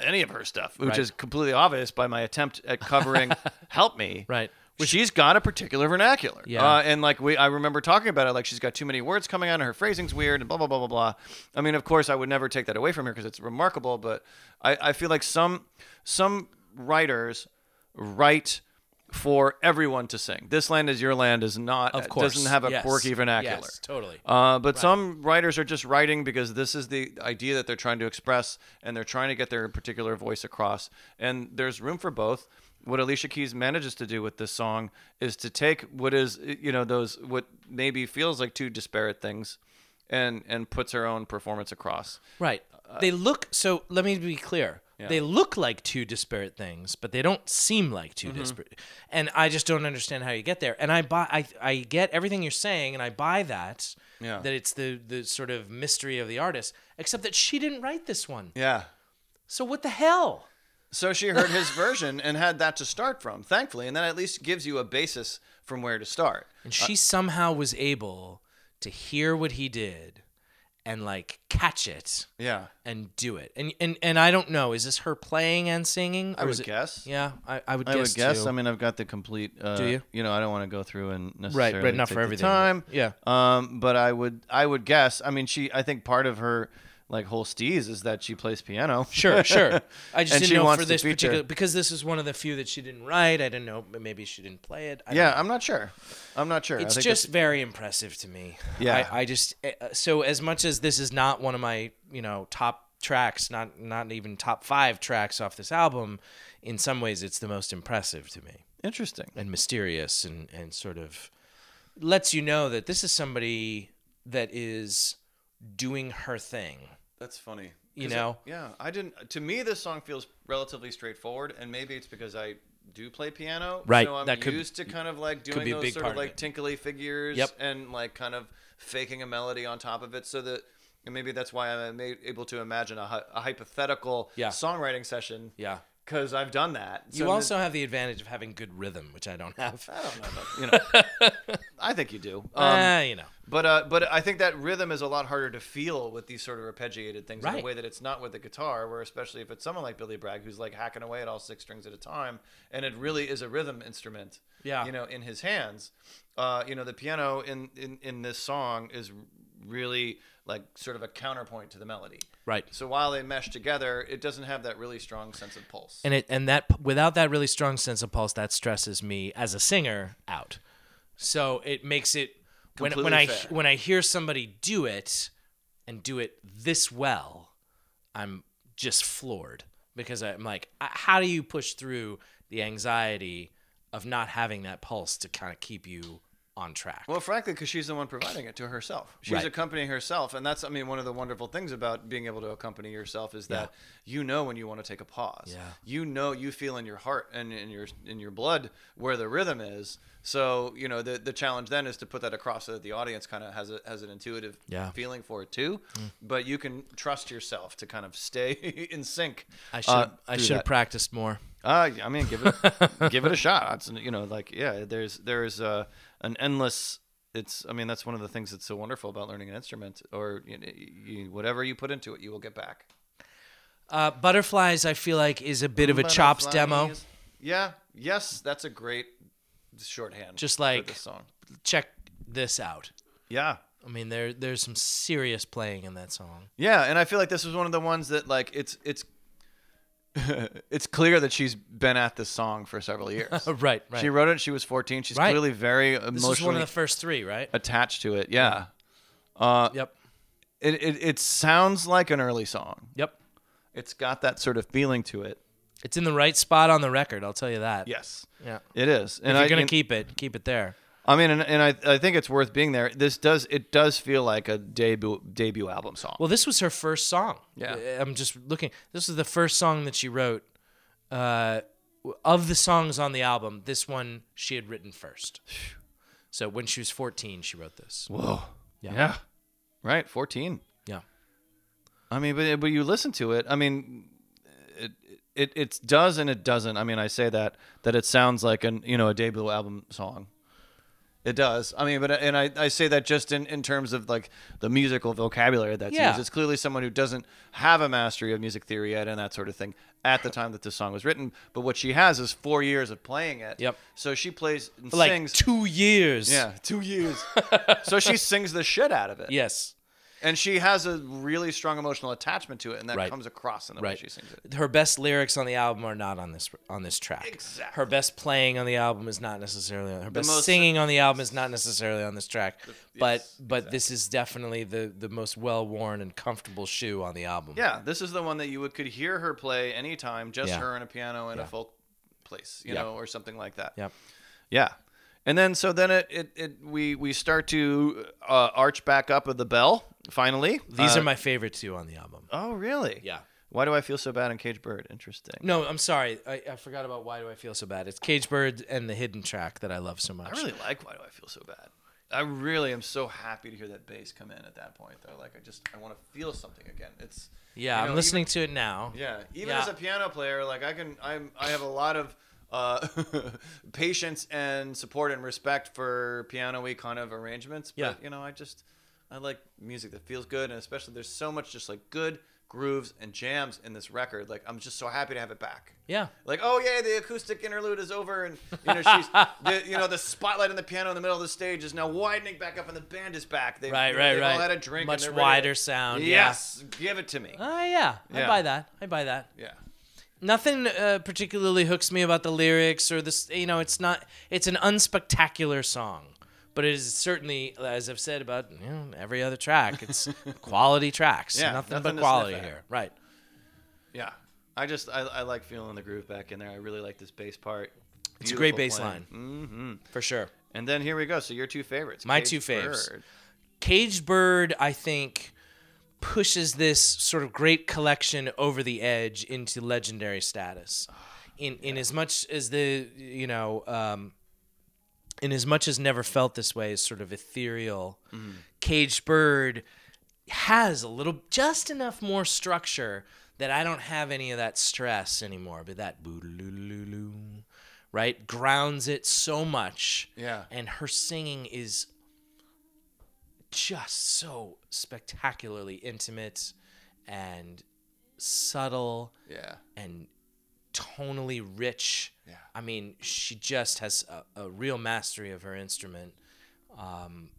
B: any of her stuff, which
A: Right.
B: is completely obvious by my attempt at covering "Help Me."
A: Right.
B: she's got a particular vernacular.
A: Yeah.
B: Uh, and like we, I remember talking about it. Like she's got too many words coming out, and her phrasing's weird, and blah blah blah blah blah. I mean, of course, I would never take that away from her because it's remarkable. But I, I feel like some some writers write for everyone to sing. This land is your land is not. uh,
A: Of course.
B: doesn't have a
A: Yes.
B: quirky vernacular.
A: Yes, totally.
B: Uh, but some writers are just writing because this is the idea that they're trying to express and they're trying to get their particular voice across. And there's room for both. What Alicia Keys manages to do with this song is to take what is, you know, those, what maybe feels like two disparate things and, and puts her own performance across.
A: Right.
B: Uh,
A: they look so. Let me be clear. They look like two disparate things, but they don't seem like 2
B: Mm-hmm.
A: disparate. And I just don't understand how you get there. And I buy, I, I get everything you're saying, and I buy that.
B: Yeah.
A: That it's the the sort of mystery of the artist, except that she didn't write this one.
B: Yeah.
A: So what the hell?
B: So she heard his version and had that to start from, thankfully. And that at least gives you a basis from where to start.
A: And she somehow was able to hear what he did, and like catch it.
B: Yeah.
A: and do it. And and and I don't know. Is this her playing and singing? Or
B: I
A: is
B: would
A: it-
B: guess.
A: Yeah, I, I would
B: I
A: guess.
B: would guess.
A: too.
B: I mean, I've got the complete. Uh,
A: Do you?
B: You know, I don't want to go through and
A: right,
B: necessarily
A: right. Not
B: take
A: for
B: the
A: everything.
B: time.
A: Yeah.
B: Um, but I would, I would guess. I mean, she. I think part of her like whole steez is that she plays piano.
A: Sure, sure. I just
B: And she
A: didn't know
B: wants
A: for
B: to
A: this
B: feature-
A: particular because this is one of the few that she didn't write. I didn't know. but Maybe she didn't play it. I don't
B: Yeah, I'm not sure. I'm not sure. I
A: It's
B: think
A: just very impressive to me.
B: Yeah.
A: I, I just uh, so as much as this is not one of my you know top tracks, not not even top five tracks off this album, in some ways it's the most impressive to me
B: interesting.
A: and mysterious and and sort of lets you know that this is somebody that is doing her thing.
B: That's funny.
A: You
B: 'Cause I-
A: know?
B: yeah, I didn't. To me, this song feels relatively straightforward, and maybe it's because I do play piano.
A: Right,
B: So I'm
A: that could-
B: used to kind of like doing
A: be a
B: those
A: big
B: sort
A: part
B: of
A: of
B: like
A: it.
B: tinkly figures
A: Yep.
B: and like kind of faking a melody on top of it, so that. And maybe that's why I'm ma- able to imagine a, hy- a hypothetical
A: Yeah.
B: songwriting session.
A: Yeah.
B: Because I've done that.
A: You
B: So
A: also have the advantage of having good rhythm, which I don't have.
B: I don't know. About, you know, I think you do. Um,
A: Ah, you know.
B: but uh, but I think that rhythm is a lot harder to feel with these sort of arpeggiated things in
A: Right.
B: a way that it's not with the guitar, where especially if it's someone like Billy Bragg who's like hacking away at all six strings at a time, and it really is a rhythm instrument.
A: Yeah.
B: You know, in his hands, uh, you know, the piano in in in this song is really like sort of a counterpoint to the melody.
A: Right.
B: So while they mesh together, it doesn't have that really strong sense of pulse.
A: And it and that without that really strong sense of pulse, that stresses me as a singer out. So it makes it when when
B: Completely
A: I
B: fair.
A: when I hear somebody do it and do it this well, I'm just floored because I'm like, "Uh, how do you push through the anxiety of not having that pulse to kind of keep you on track.
B: Well, frankly, because she's the one providing it to herself. She's
A: Right.
B: accompanying herself, and that's I mean one of the wonderful things about being able to accompany yourself is that you know when you want to take a pause.
A: Yeah.
B: You know you feel in your heart and in your in your blood where the rhythm is. So you know the the challenge then is to put that across so that the audience kind of has a has an intuitive
A: Yeah. Mm.
B: feeling for it too. But you can trust yourself to kind of stay in sync.
A: I should
B: uh,
A: I
B: through
A: should have
B: that.
A: practiced more.
B: Uh, I mean, give it give it a shot. That's, you know, like yeah, there's there's uh, an endless. It's I mean that's one of the things that's so wonderful about learning an instrument or you, you, whatever you put into it, you will get back.
A: Uh, Butterflies, I feel like, is a bit of a chops demo.
B: Butterflies. Yeah. Yes, that's a great shorthand.
A: Just
B: for
A: like-
B: this song.
A: Check this out.
B: Yeah.
A: I mean, there there's some serious playing in that song.
B: Yeah, and I feel like this was one of the ones that like it's it's it's clear that she's been at this song for several years.
A: right, right.
B: Oh, She wrote it. She was 14. She's
A: Right.
B: clearly very
A: this is one
B: emotionally
A: of the first three, right?
B: attached to it. Yeah. Uh,
A: yep,
B: it, it, it sounds like an early song.
A: yep.
B: It's got that sort of feeling to it.
A: It's in the right spot on the record. I'll tell you that.
B: Yes,
A: yeah.
B: it is. And
A: If you're
B: I
A: gonna
B: and-
A: keep it, keep it there.
B: I mean, and, and I, I think it's worth being there. This does it does feel like a debut debut album song.
A: Well, this was her first song.
B: Yeah.
A: Uh, I'm just looking. This was the first song that she wrote. Uh, w- of the songs on the album, this one she had written first. So when she was 14, she wrote this.
B: Whoa.
A: Yeah.
B: Right. Fourteen.
A: Yeah.
B: I mean, but but you listen to it. I mean, it it it does and it doesn't. I mean, I say that that it sounds like an you know a debut album song. It does. I mean, but and I, I say that just in, in terms of like the musical vocabulary that's
A: Yeah.
B: used. It's clearly someone who doesn't have a mastery of music theory yet and that sort of thing at the time that this song was written. But what she has is four years of playing it.
A: Yep.
B: So she plays and
A: Like
B: sings.
A: two years.
B: yeah, two years. so she sings the shit out of it.
A: Yes.
B: And she has a really strong emotional attachment to it, and that
A: Right.
B: comes across in the way
A: Right.
B: she sings it.
A: Her best lyrics on the album are not on this on this track.
B: Exactly.
A: Her best playing on the album is not necessarily on her best
B: most-
A: singing on the album is not necessarily on this track. but
B: yes,
A: but this is definitely the the most well worn and comfortable shoe on the album.
B: Yeah, this is the one that you would, could hear her play anytime, just
A: Yeah.
B: her and a piano in a
A: Yeah.
B: folk place, you
A: Yeah.
B: know, or something like that.
A: Yep.
B: Yeah. And then so then it, it, it we we start to uh, arch back up of the bell finally.
A: These
B: Uh,
A: are my favorite two on the album.
B: Oh really?
A: Yeah.
B: Why do I feel so bad on Cage Bird? Interesting.
A: No, I'm sorry. I, I forgot about Why Do I Feel So Bad. It's Cage Bird and the Hidden Track that I love so much.
B: I really like Why Do I Feel So Bad. I really am so happy to hear that bass come in at that point though. Like I just I want to feel something again. It's
A: yeah,
B: you
A: I'm
B: know,
A: listening to it now.
B: Yeah, even
A: Yeah.
B: as a piano player, like I can, I'm, I have a lot of uh, patience and support and respect for piano-y kind of arrangements. But,
A: Yeah.
B: you know, I just, I like music that feels good, and especially there's so much just like good grooves and jams in this record. Like I'm just so happy to have it back.
A: Yeah.
B: Like oh yeah, the acoustic interlude is over, and you know she's, the, you know the spotlight on the piano in the middle of the stage is now widening back up, and the band is back. They,
A: Right,
B: you know,
A: right,
B: they've
A: right.
B: All had a drink. and
A: Much
B: they're ready to-
A: wider sound.
B: Yes, give it to me.
A: Yeah. Uh, yeah. I
B: Yeah.
A: buy that. I buy that.
B: Yeah.
A: Nothing uh, particularly hooks me about the lyrics or this. You know, it's not. It's an unspectacular song, but it is certainly, as I've said about you know, every other track, it's quality tracks.
B: Yeah,
A: nothing,
B: nothing to
A: but
B: sniff
A: quality
B: at.
A: here. Right.
B: Yeah. I just I, I like feeling the groove back in there. I really like this bass part.
A: It's a great bass line.
B: Mm-hmm.
A: For sure.
B: And then here we go. So your two favorites.
A: My
B: Cage
A: two faves.
B: Bird.
A: Caged Bird, I think, pushes this sort of great collection over the edge into legendary status. In in as much as the you know, um, in as much as never felt this way is sort of ethereal. Caged Bird has a little, just enough more structure that I don't have any of that stress anymore. But that boo right grounds it so much.
B: Yeah.
A: and her singing is just so spectacularly intimate and subtle
B: Yeah.
A: and tonally rich.
B: Yeah.
A: I mean, she just has a, a real mastery of her instrument. Um,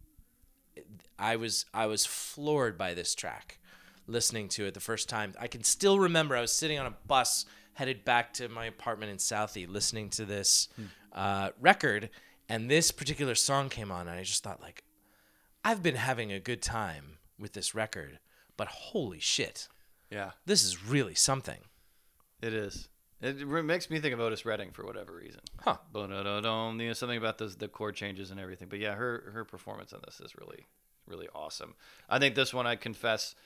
A: I was I was floored by this track, listening to it the first time. I can still remember I was sitting on a bus headed back to my apartment in Southie, listening to this uh, record, and this particular song came on, and I just thought like, I've been having a good time with this record, but holy shit,
B: Yeah.
A: this is really something.
B: It is. It re- makes me think of Otis Redding for whatever reason.
A: Huh.
B: Ba-da-da-dum, You know, something about those, the chord changes and everything. But yeah, her her performance on this is really really awesome. I think this one I confess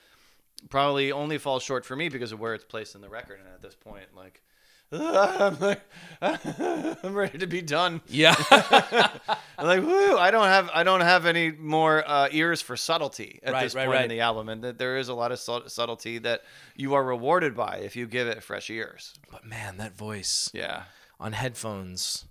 B: probably only falls short for me because of where it's placed in the record. And at this point, like. I'm like, I'm ready to be done.
A: Yeah.
B: I'm like, woo! I don't have, I don't have any more uh, ears for subtlety at
A: Right,
B: this
A: right,
B: point in
A: right.
B: the album, and that there is a lot of sub- subtlety that you are rewarded by if you give it fresh ears.
A: but man, that voice
B: Yeah,
A: on headphones,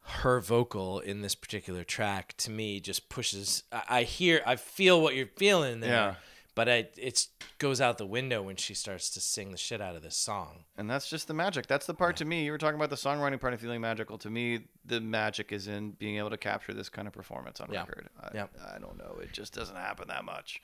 A: her vocal in this particular track to me just pushes. I, I hear, I feel what you're feeling there.
B: Yeah.
A: But I, it goes out the window when she starts to sing the shit out of this song.
B: And that's just the magic. That's the part to me. You were talking about the songwriting part and feeling magical. To me, the magic is in being able to capture this kind of performance on
A: Yeah.
B: record. I,
A: Yeah.
B: I don't know. It just doesn't happen that much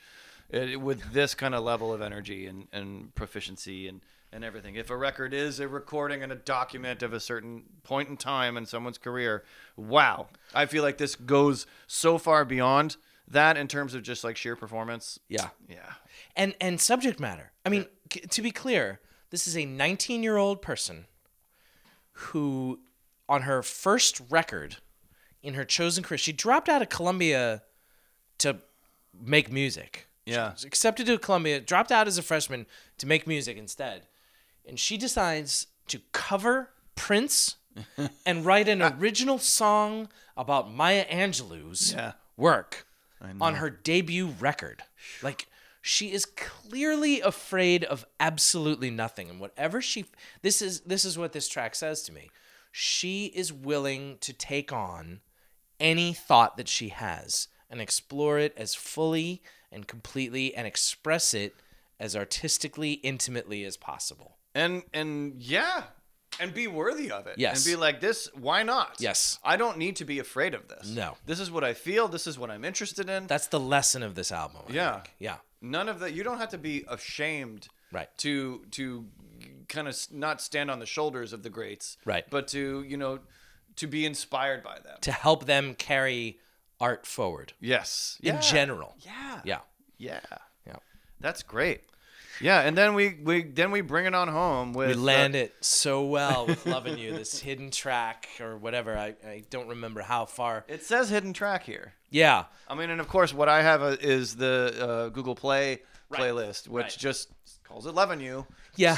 B: it, it- with this kind of level of energy and, and proficiency and, and everything. If a record is a recording and a document of a certain point in time in someone's career, wow. I feel like this goes so far beyond that in terms of just like sheer performance.
A: Yeah.
B: Yeah.
A: and and subject matter. I mean, c- to be clear, this is a 19 year old person who, on her first record, in her chosen career, she dropped out of Columbia to make music.
B: Yeah.
A: She was accepted to Columbia, dropped out as a freshman to make music instead, and she decides to cover Prince and write an original song about Maya Angelou's
B: Yeah.
A: work on her debut record. Like she is clearly afraid of absolutely nothing and whatever she this is this is what this track says to me. She is willing to take on any thought that she has and explore it as fully and completely and express it as artistically intimately as possible.
B: and and yeah and be worthy of it
A: Yes.
B: and be like this why not
A: Yes.
B: i don't need to be afraid of this
A: No.
B: this is what i feel this is what i'm interested in
A: That's the lesson of this album. I
B: Yeah.
A: think. Yeah.
B: none of that you don't have to be ashamed
A: Right.
B: to to kind of not stand on the shoulders of the greats
A: Right.
B: but to you know to be inspired by them
A: To help them carry art forward
B: yes
A: in
B: Yeah.
A: general.
B: yeah
A: Yeah.
B: yeah
A: Yeah.
B: that's great yeah and then we we then we bring it on home with
A: We
B: uh,
A: land it so well with "Loving You," this hidden track or whatever. I, I don't remember how far.
B: it says hidden track here
A: Yeah,
B: I mean, and of course, what I have uh, is the uh, Google Play playlist, which
A: Right.
B: just calls it "Loving You."
A: yeah.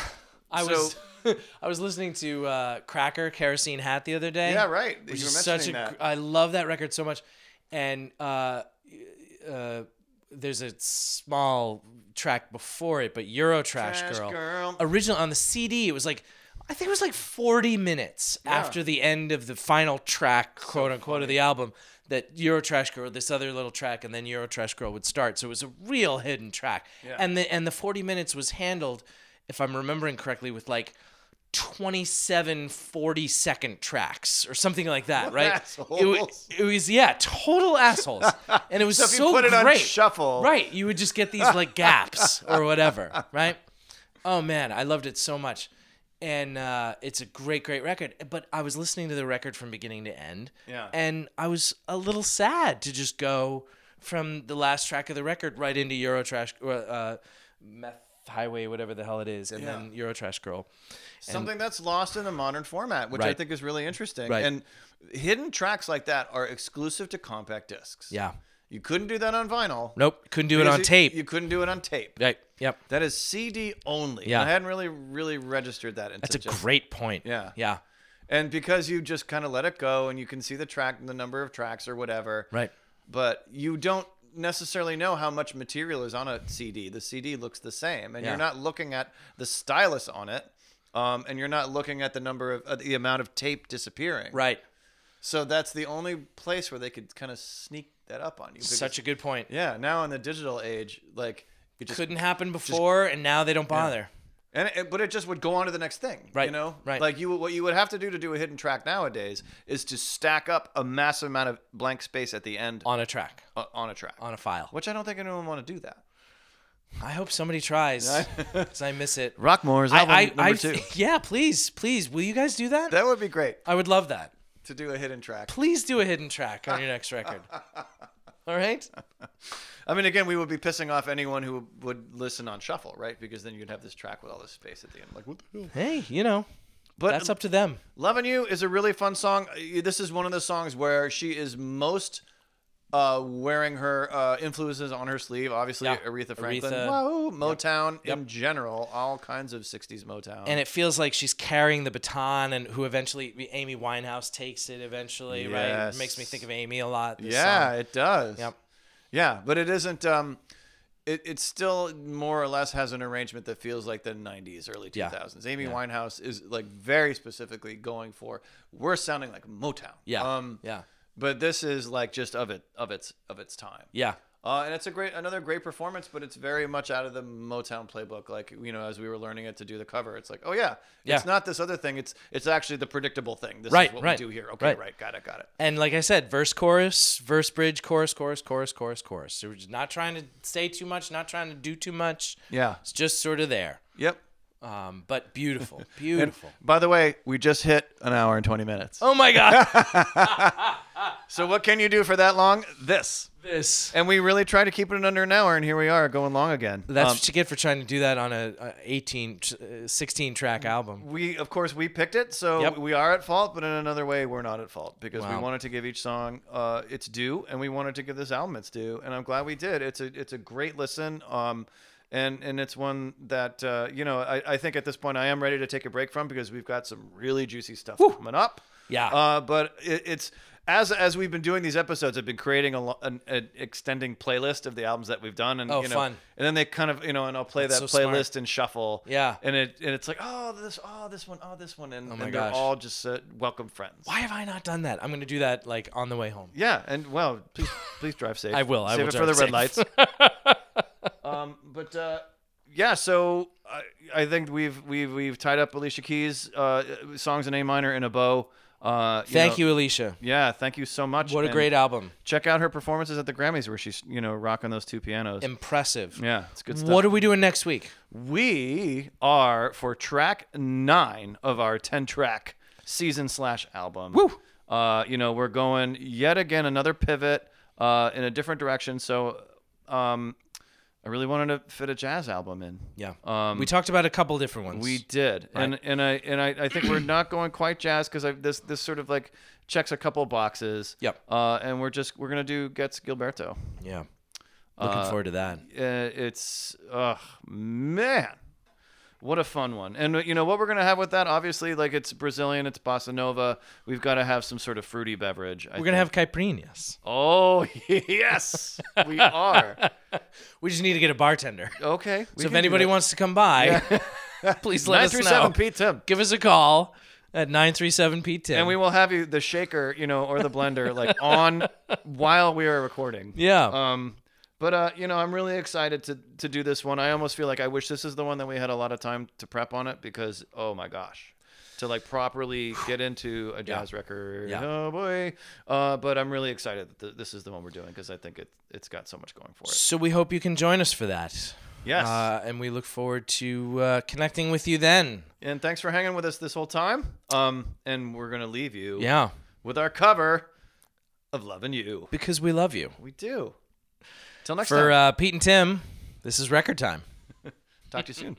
A: I
B: So-
A: was I was listening to uh, Cracker Kerosene Hat the other day.
B: Yeah, right. You were
A: Which
B: mentioning
A: is such a
B: that.
A: gr- I love that record so much, and uh, uh, there's a small track before it, but Euro Trash
B: Trash
A: Girl,
B: Girl.
A: original on the CD. It was like I think it was like 40 minutes after the end of the final track, quote unquote, of the album. That Euro Trash Girl, this other little track, and then Euro Trash Girl would start. So it was a real hidden track, and the and the 40 minutes was handled, if I'm remembering correctly, with like 27 40 second tracks or something like that, right? It, wa-
B: assholes.
A: it was yeah, total assholes, and it was so,
B: if you put it on
A: great.
B: shuffle,
A: right? You would just get these like gaps or whatever, right? Oh man, I loved it so much, and uh, it's a great, great record. But I was listening to the record from beginning to end,
B: Yeah.
A: and I was a little sad to just go from the last track of the record right into Eurotrash, uh, uh, Meth Highway, whatever the hell it is, and
B: Yeah.
A: then Eurotrash Girl.
B: something that's lost in the modern format, which I
A: Right.
B: think is really interesting.
A: Right.
B: And hidden tracks like that are exclusive to compact discs.
A: Yeah.
B: you couldn't do that on vinyl.
A: Nope, couldn't do it
B: Because
A: on
B: you-
A: tape.
B: You couldn't do it on tape.
A: right. Yep.
B: That is CD only.
A: Yeah.
B: and I hadn't really, really registered that. Into
A: That's a
B: just-
A: great point.
B: Yeah.
A: Yeah.
B: And because you just kind of let it go, and you can see the track, the number of tracks, or whatever.
A: Right.
B: but you don't necessarily know how much material is on a CD. The CD looks the same, and
A: Yeah.
B: you're not looking at the stylus on it, um, and you're not looking at the number of uh, the amount of tape disappearing.
A: Right.
B: So that's the only place where they could kind of sneak that up on you. because-
A: Such a good point.
B: yeah. Now in the digital age, like you just
A: Couldn't happen before, and now they don't bother.
B: And it, but it just would go on to the next thing, You
A: Right,
B: know,
A: right.
B: Like you, what you would have to do to do a hidden track nowadays is to stack up a massive amount of blank space at the end on,
A: On a track,
B: on a track,
A: on a file.
B: which I don't think anyone want to do that.
A: I hope somebody tries, because I miss it.
B: Rockmore's album
A: I,
B: number
A: I, I,
B: two.
A: yeah, please, please, will you guys do that?
B: That would be great
A: I would love that.
B: to do a hidden track.
A: Please do a hidden track on your next record. All right.
B: I mean, again, we would be pissing off anyone who would listen on shuffle, right? Because then you'd have this track with all this space at the end. Like, what the hell?
A: Hey, you know,
B: But
A: That's up to them.
B: Loving You is a really fun song. Uh, This is one of the songs where she is most uh, wearing her uh, influences on her sleeve. Obviously,
A: Yeah.
B: Aretha Franklin,
A: Aretha.
B: Whoa, Motown in general, all kinds of 60s Motown.
A: And it feels like she's carrying the baton, and who eventually Amy Winehouse takes it eventually, right? It
B: Yes.
A: makes me think of Amy a lot. this
B: yeah,
A: song.
B: it does.
A: Yep.
B: Yeah, but it isn't. Um, it, it still more or less has an arrangement that feels like the 90s, early
A: Yeah.
B: 2000s. Amy Winehouse is like very specifically going for, we're sounding like Motown.
A: yeah,
B: Um,
A: yeah,
B: But this is like just of it, of its, of its time.
A: yeah.
B: Uh, and it's a great, another great performance, but it's very much out of the Motown playbook. Like you know, as we were learning it to do the cover, it's like, oh yeah,
A: Yeah.
B: it's not this other thing. It's it's actually the predictable thing. This
A: Right,
B: is what
A: right,
B: we do here. Okay,
A: right.
B: right. got it, got it.
A: And like I said, verse, chorus, verse, bridge, chorus, chorus, chorus, chorus, chorus. So we're just not trying to say too much, not trying to do too much.
B: Yeah.
A: It's just sort of there.
B: Yep.
A: Um, but beautiful, beautiful.
B: By the way, we just hit an hour and twenty minutes.
A: oh my God.
B: So what can you do for that long? This.
A: this.
B: And we really tried to keep it in under an hour, and here we are going long again.
A: That's
B: Um,
A: what you get for trying to do that on a, a 18, tr- uh, 16 track
B: Mm.
A: album.
B: we of course we picked it so
A: Yep.
B: we are at fault but in another way we're not at fault because
A: Wow.
B: we wanted to give each song uh, its due and we wanted to give this album its due and i'm glad we did it's a it's a great listen um and and it's one that uh, you know I, I think at this point i am ready to take a break from because we've got some really juicy stuff coming up
A: Yeah.
B: uh, but it, it's as, as we've been doing these episodes, I've been creating a lo- an, an extending playlist of the albums that we've done, and
A: Oh,
B: you know,
A: fun.
B: and then they kind of you know, and I'll play
A: That's
B: that
A: so smart.
B: playlist and shuffle,
A: Yeah.
B: and it and it's like oh this oh this one oh this one and,
A: my
B: and they're
A: gosh.
B: all just uh, welcome friends.
A: Why have I not done that? I'm going to do that like on the way home.
B: Yeah, and well, please please drive safe.
A: I will, I
B: Save
A: will
B: it for
A: drive
B: the
A: safe.
B: red lights. um, but uh, yeah, so I, I think we've we've we've tied up Alicia Keys' uh, songs in A minor in a bow. Uh,
A: Thank you, Alicia.
B: Yeah, thank you so much.
A: What a
B: and
A: great album.
B: check out her performances at the Grammys where she's you know rocking those two pianos.
A: Impressive.
B: yeah, it's good stuff.
A: What are we doing next week?
B: We are for track nine of our ten track season slash album. Woo! Uh, you know we're going yet again another pivot uh, in a different direction. So, um, I really wanted to fit a jazz album in.
A: Yeah.
B: Um,
A: we talked about a couple different ones.
B: we did, and and I and I, I think we're not going quite jazz because this this sort of like checks a couple boxes.
A: Yep.
B: Uh, and we're just we're gonna do Gets Gilberto.
A: yeah. Looking
B: Uh,
A: forward to that.
B: uh, it's oh man what a fun one and you know what we're gonna have with that obviously like it's brazilian it's bossa nova we've got to have some sort of fruity beverage
A: We're going to have Caipirinhas.
B: oh yes we are
A: We just need to get a bartender.
B: okay we
A: so if
B: can do
A: anybody
B: that.
A: wants to come by, please let us know.
B: 937 p tim
A: Give us a call at 937 P10.
B: and we will have you the shaker you know or the blender like on while we are recording
A: yeah.
B: Um, but uh, you know, I'm really excited to to do this one. I almost feel like I wish this is the one that we had a lot of time to prep on it because oh my gosh, to like properly get into a jazz record.
A: Yeah.
B: Oh boy. Uh, but I'm really excited that th- this is the one we're doing because I think it it's got so much going for it.
A: so we hope you can join us for that.
B: Yes.
A: Uh, and we look forward to uh, connecting with you then.
B: and thanks for hanging with us this whole time. Um, and we're gonna leave you
A: Yeah.
B: with our cover of "Loving You."
A: Because we love you.
B: We do. Till next
A: For
B: time.
A: uh, Pete and Tim, this is record time.
B: Talk to you soon.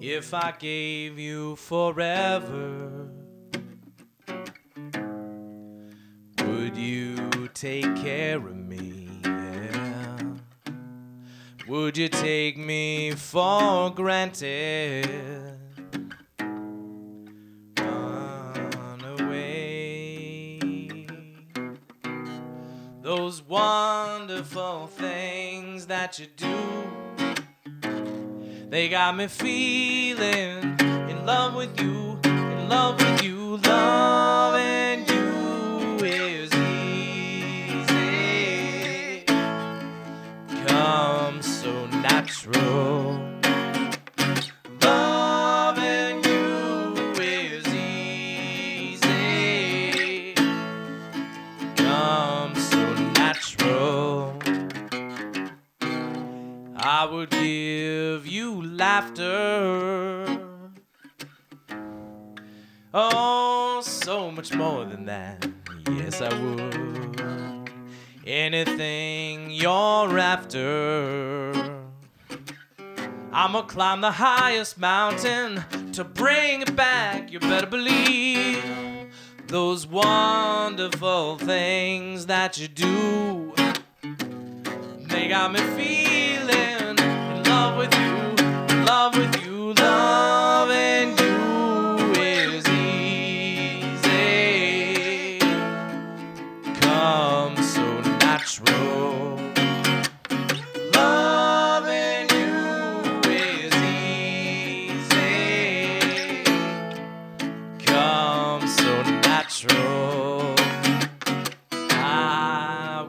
A: If I gave you forever, would you take care of me? Yeah. Would you take me for granted? Run away. Those wonderful things that you do. They got me feeling in love with you, in love with you, loving you is easy. Comes so natural. Loving you is easy. Comes so natural. I would give you laughter. Oh, so much more than that. Yes, I would. Anything you're after. I'ma climb the highest mountain to bring it back. You better believe those wonderful things that you do. They got me feeling in love with you, in love with you, loving you is easy. Come so natural. Loving you is easy. Come so natural. I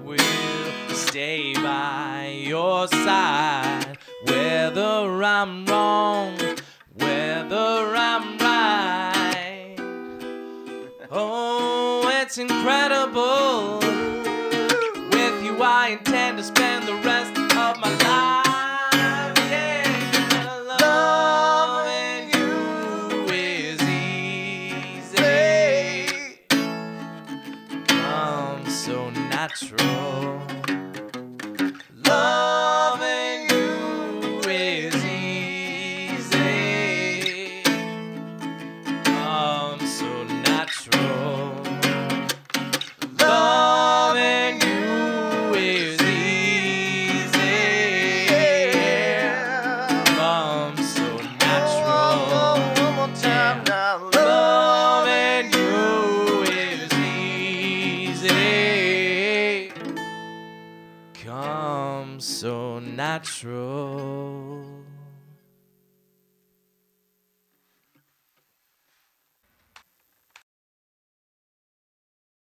A: will stay by your side, whether I'm wrong, whether I'm right. Oh, it's incredible. With you, I intend to spend the rest of my life. Yeah, loving you is easy come so natural. Loving you is easy. Come so natural. Loving you is easy. Come so natural. Loving you is easy. Come so natural.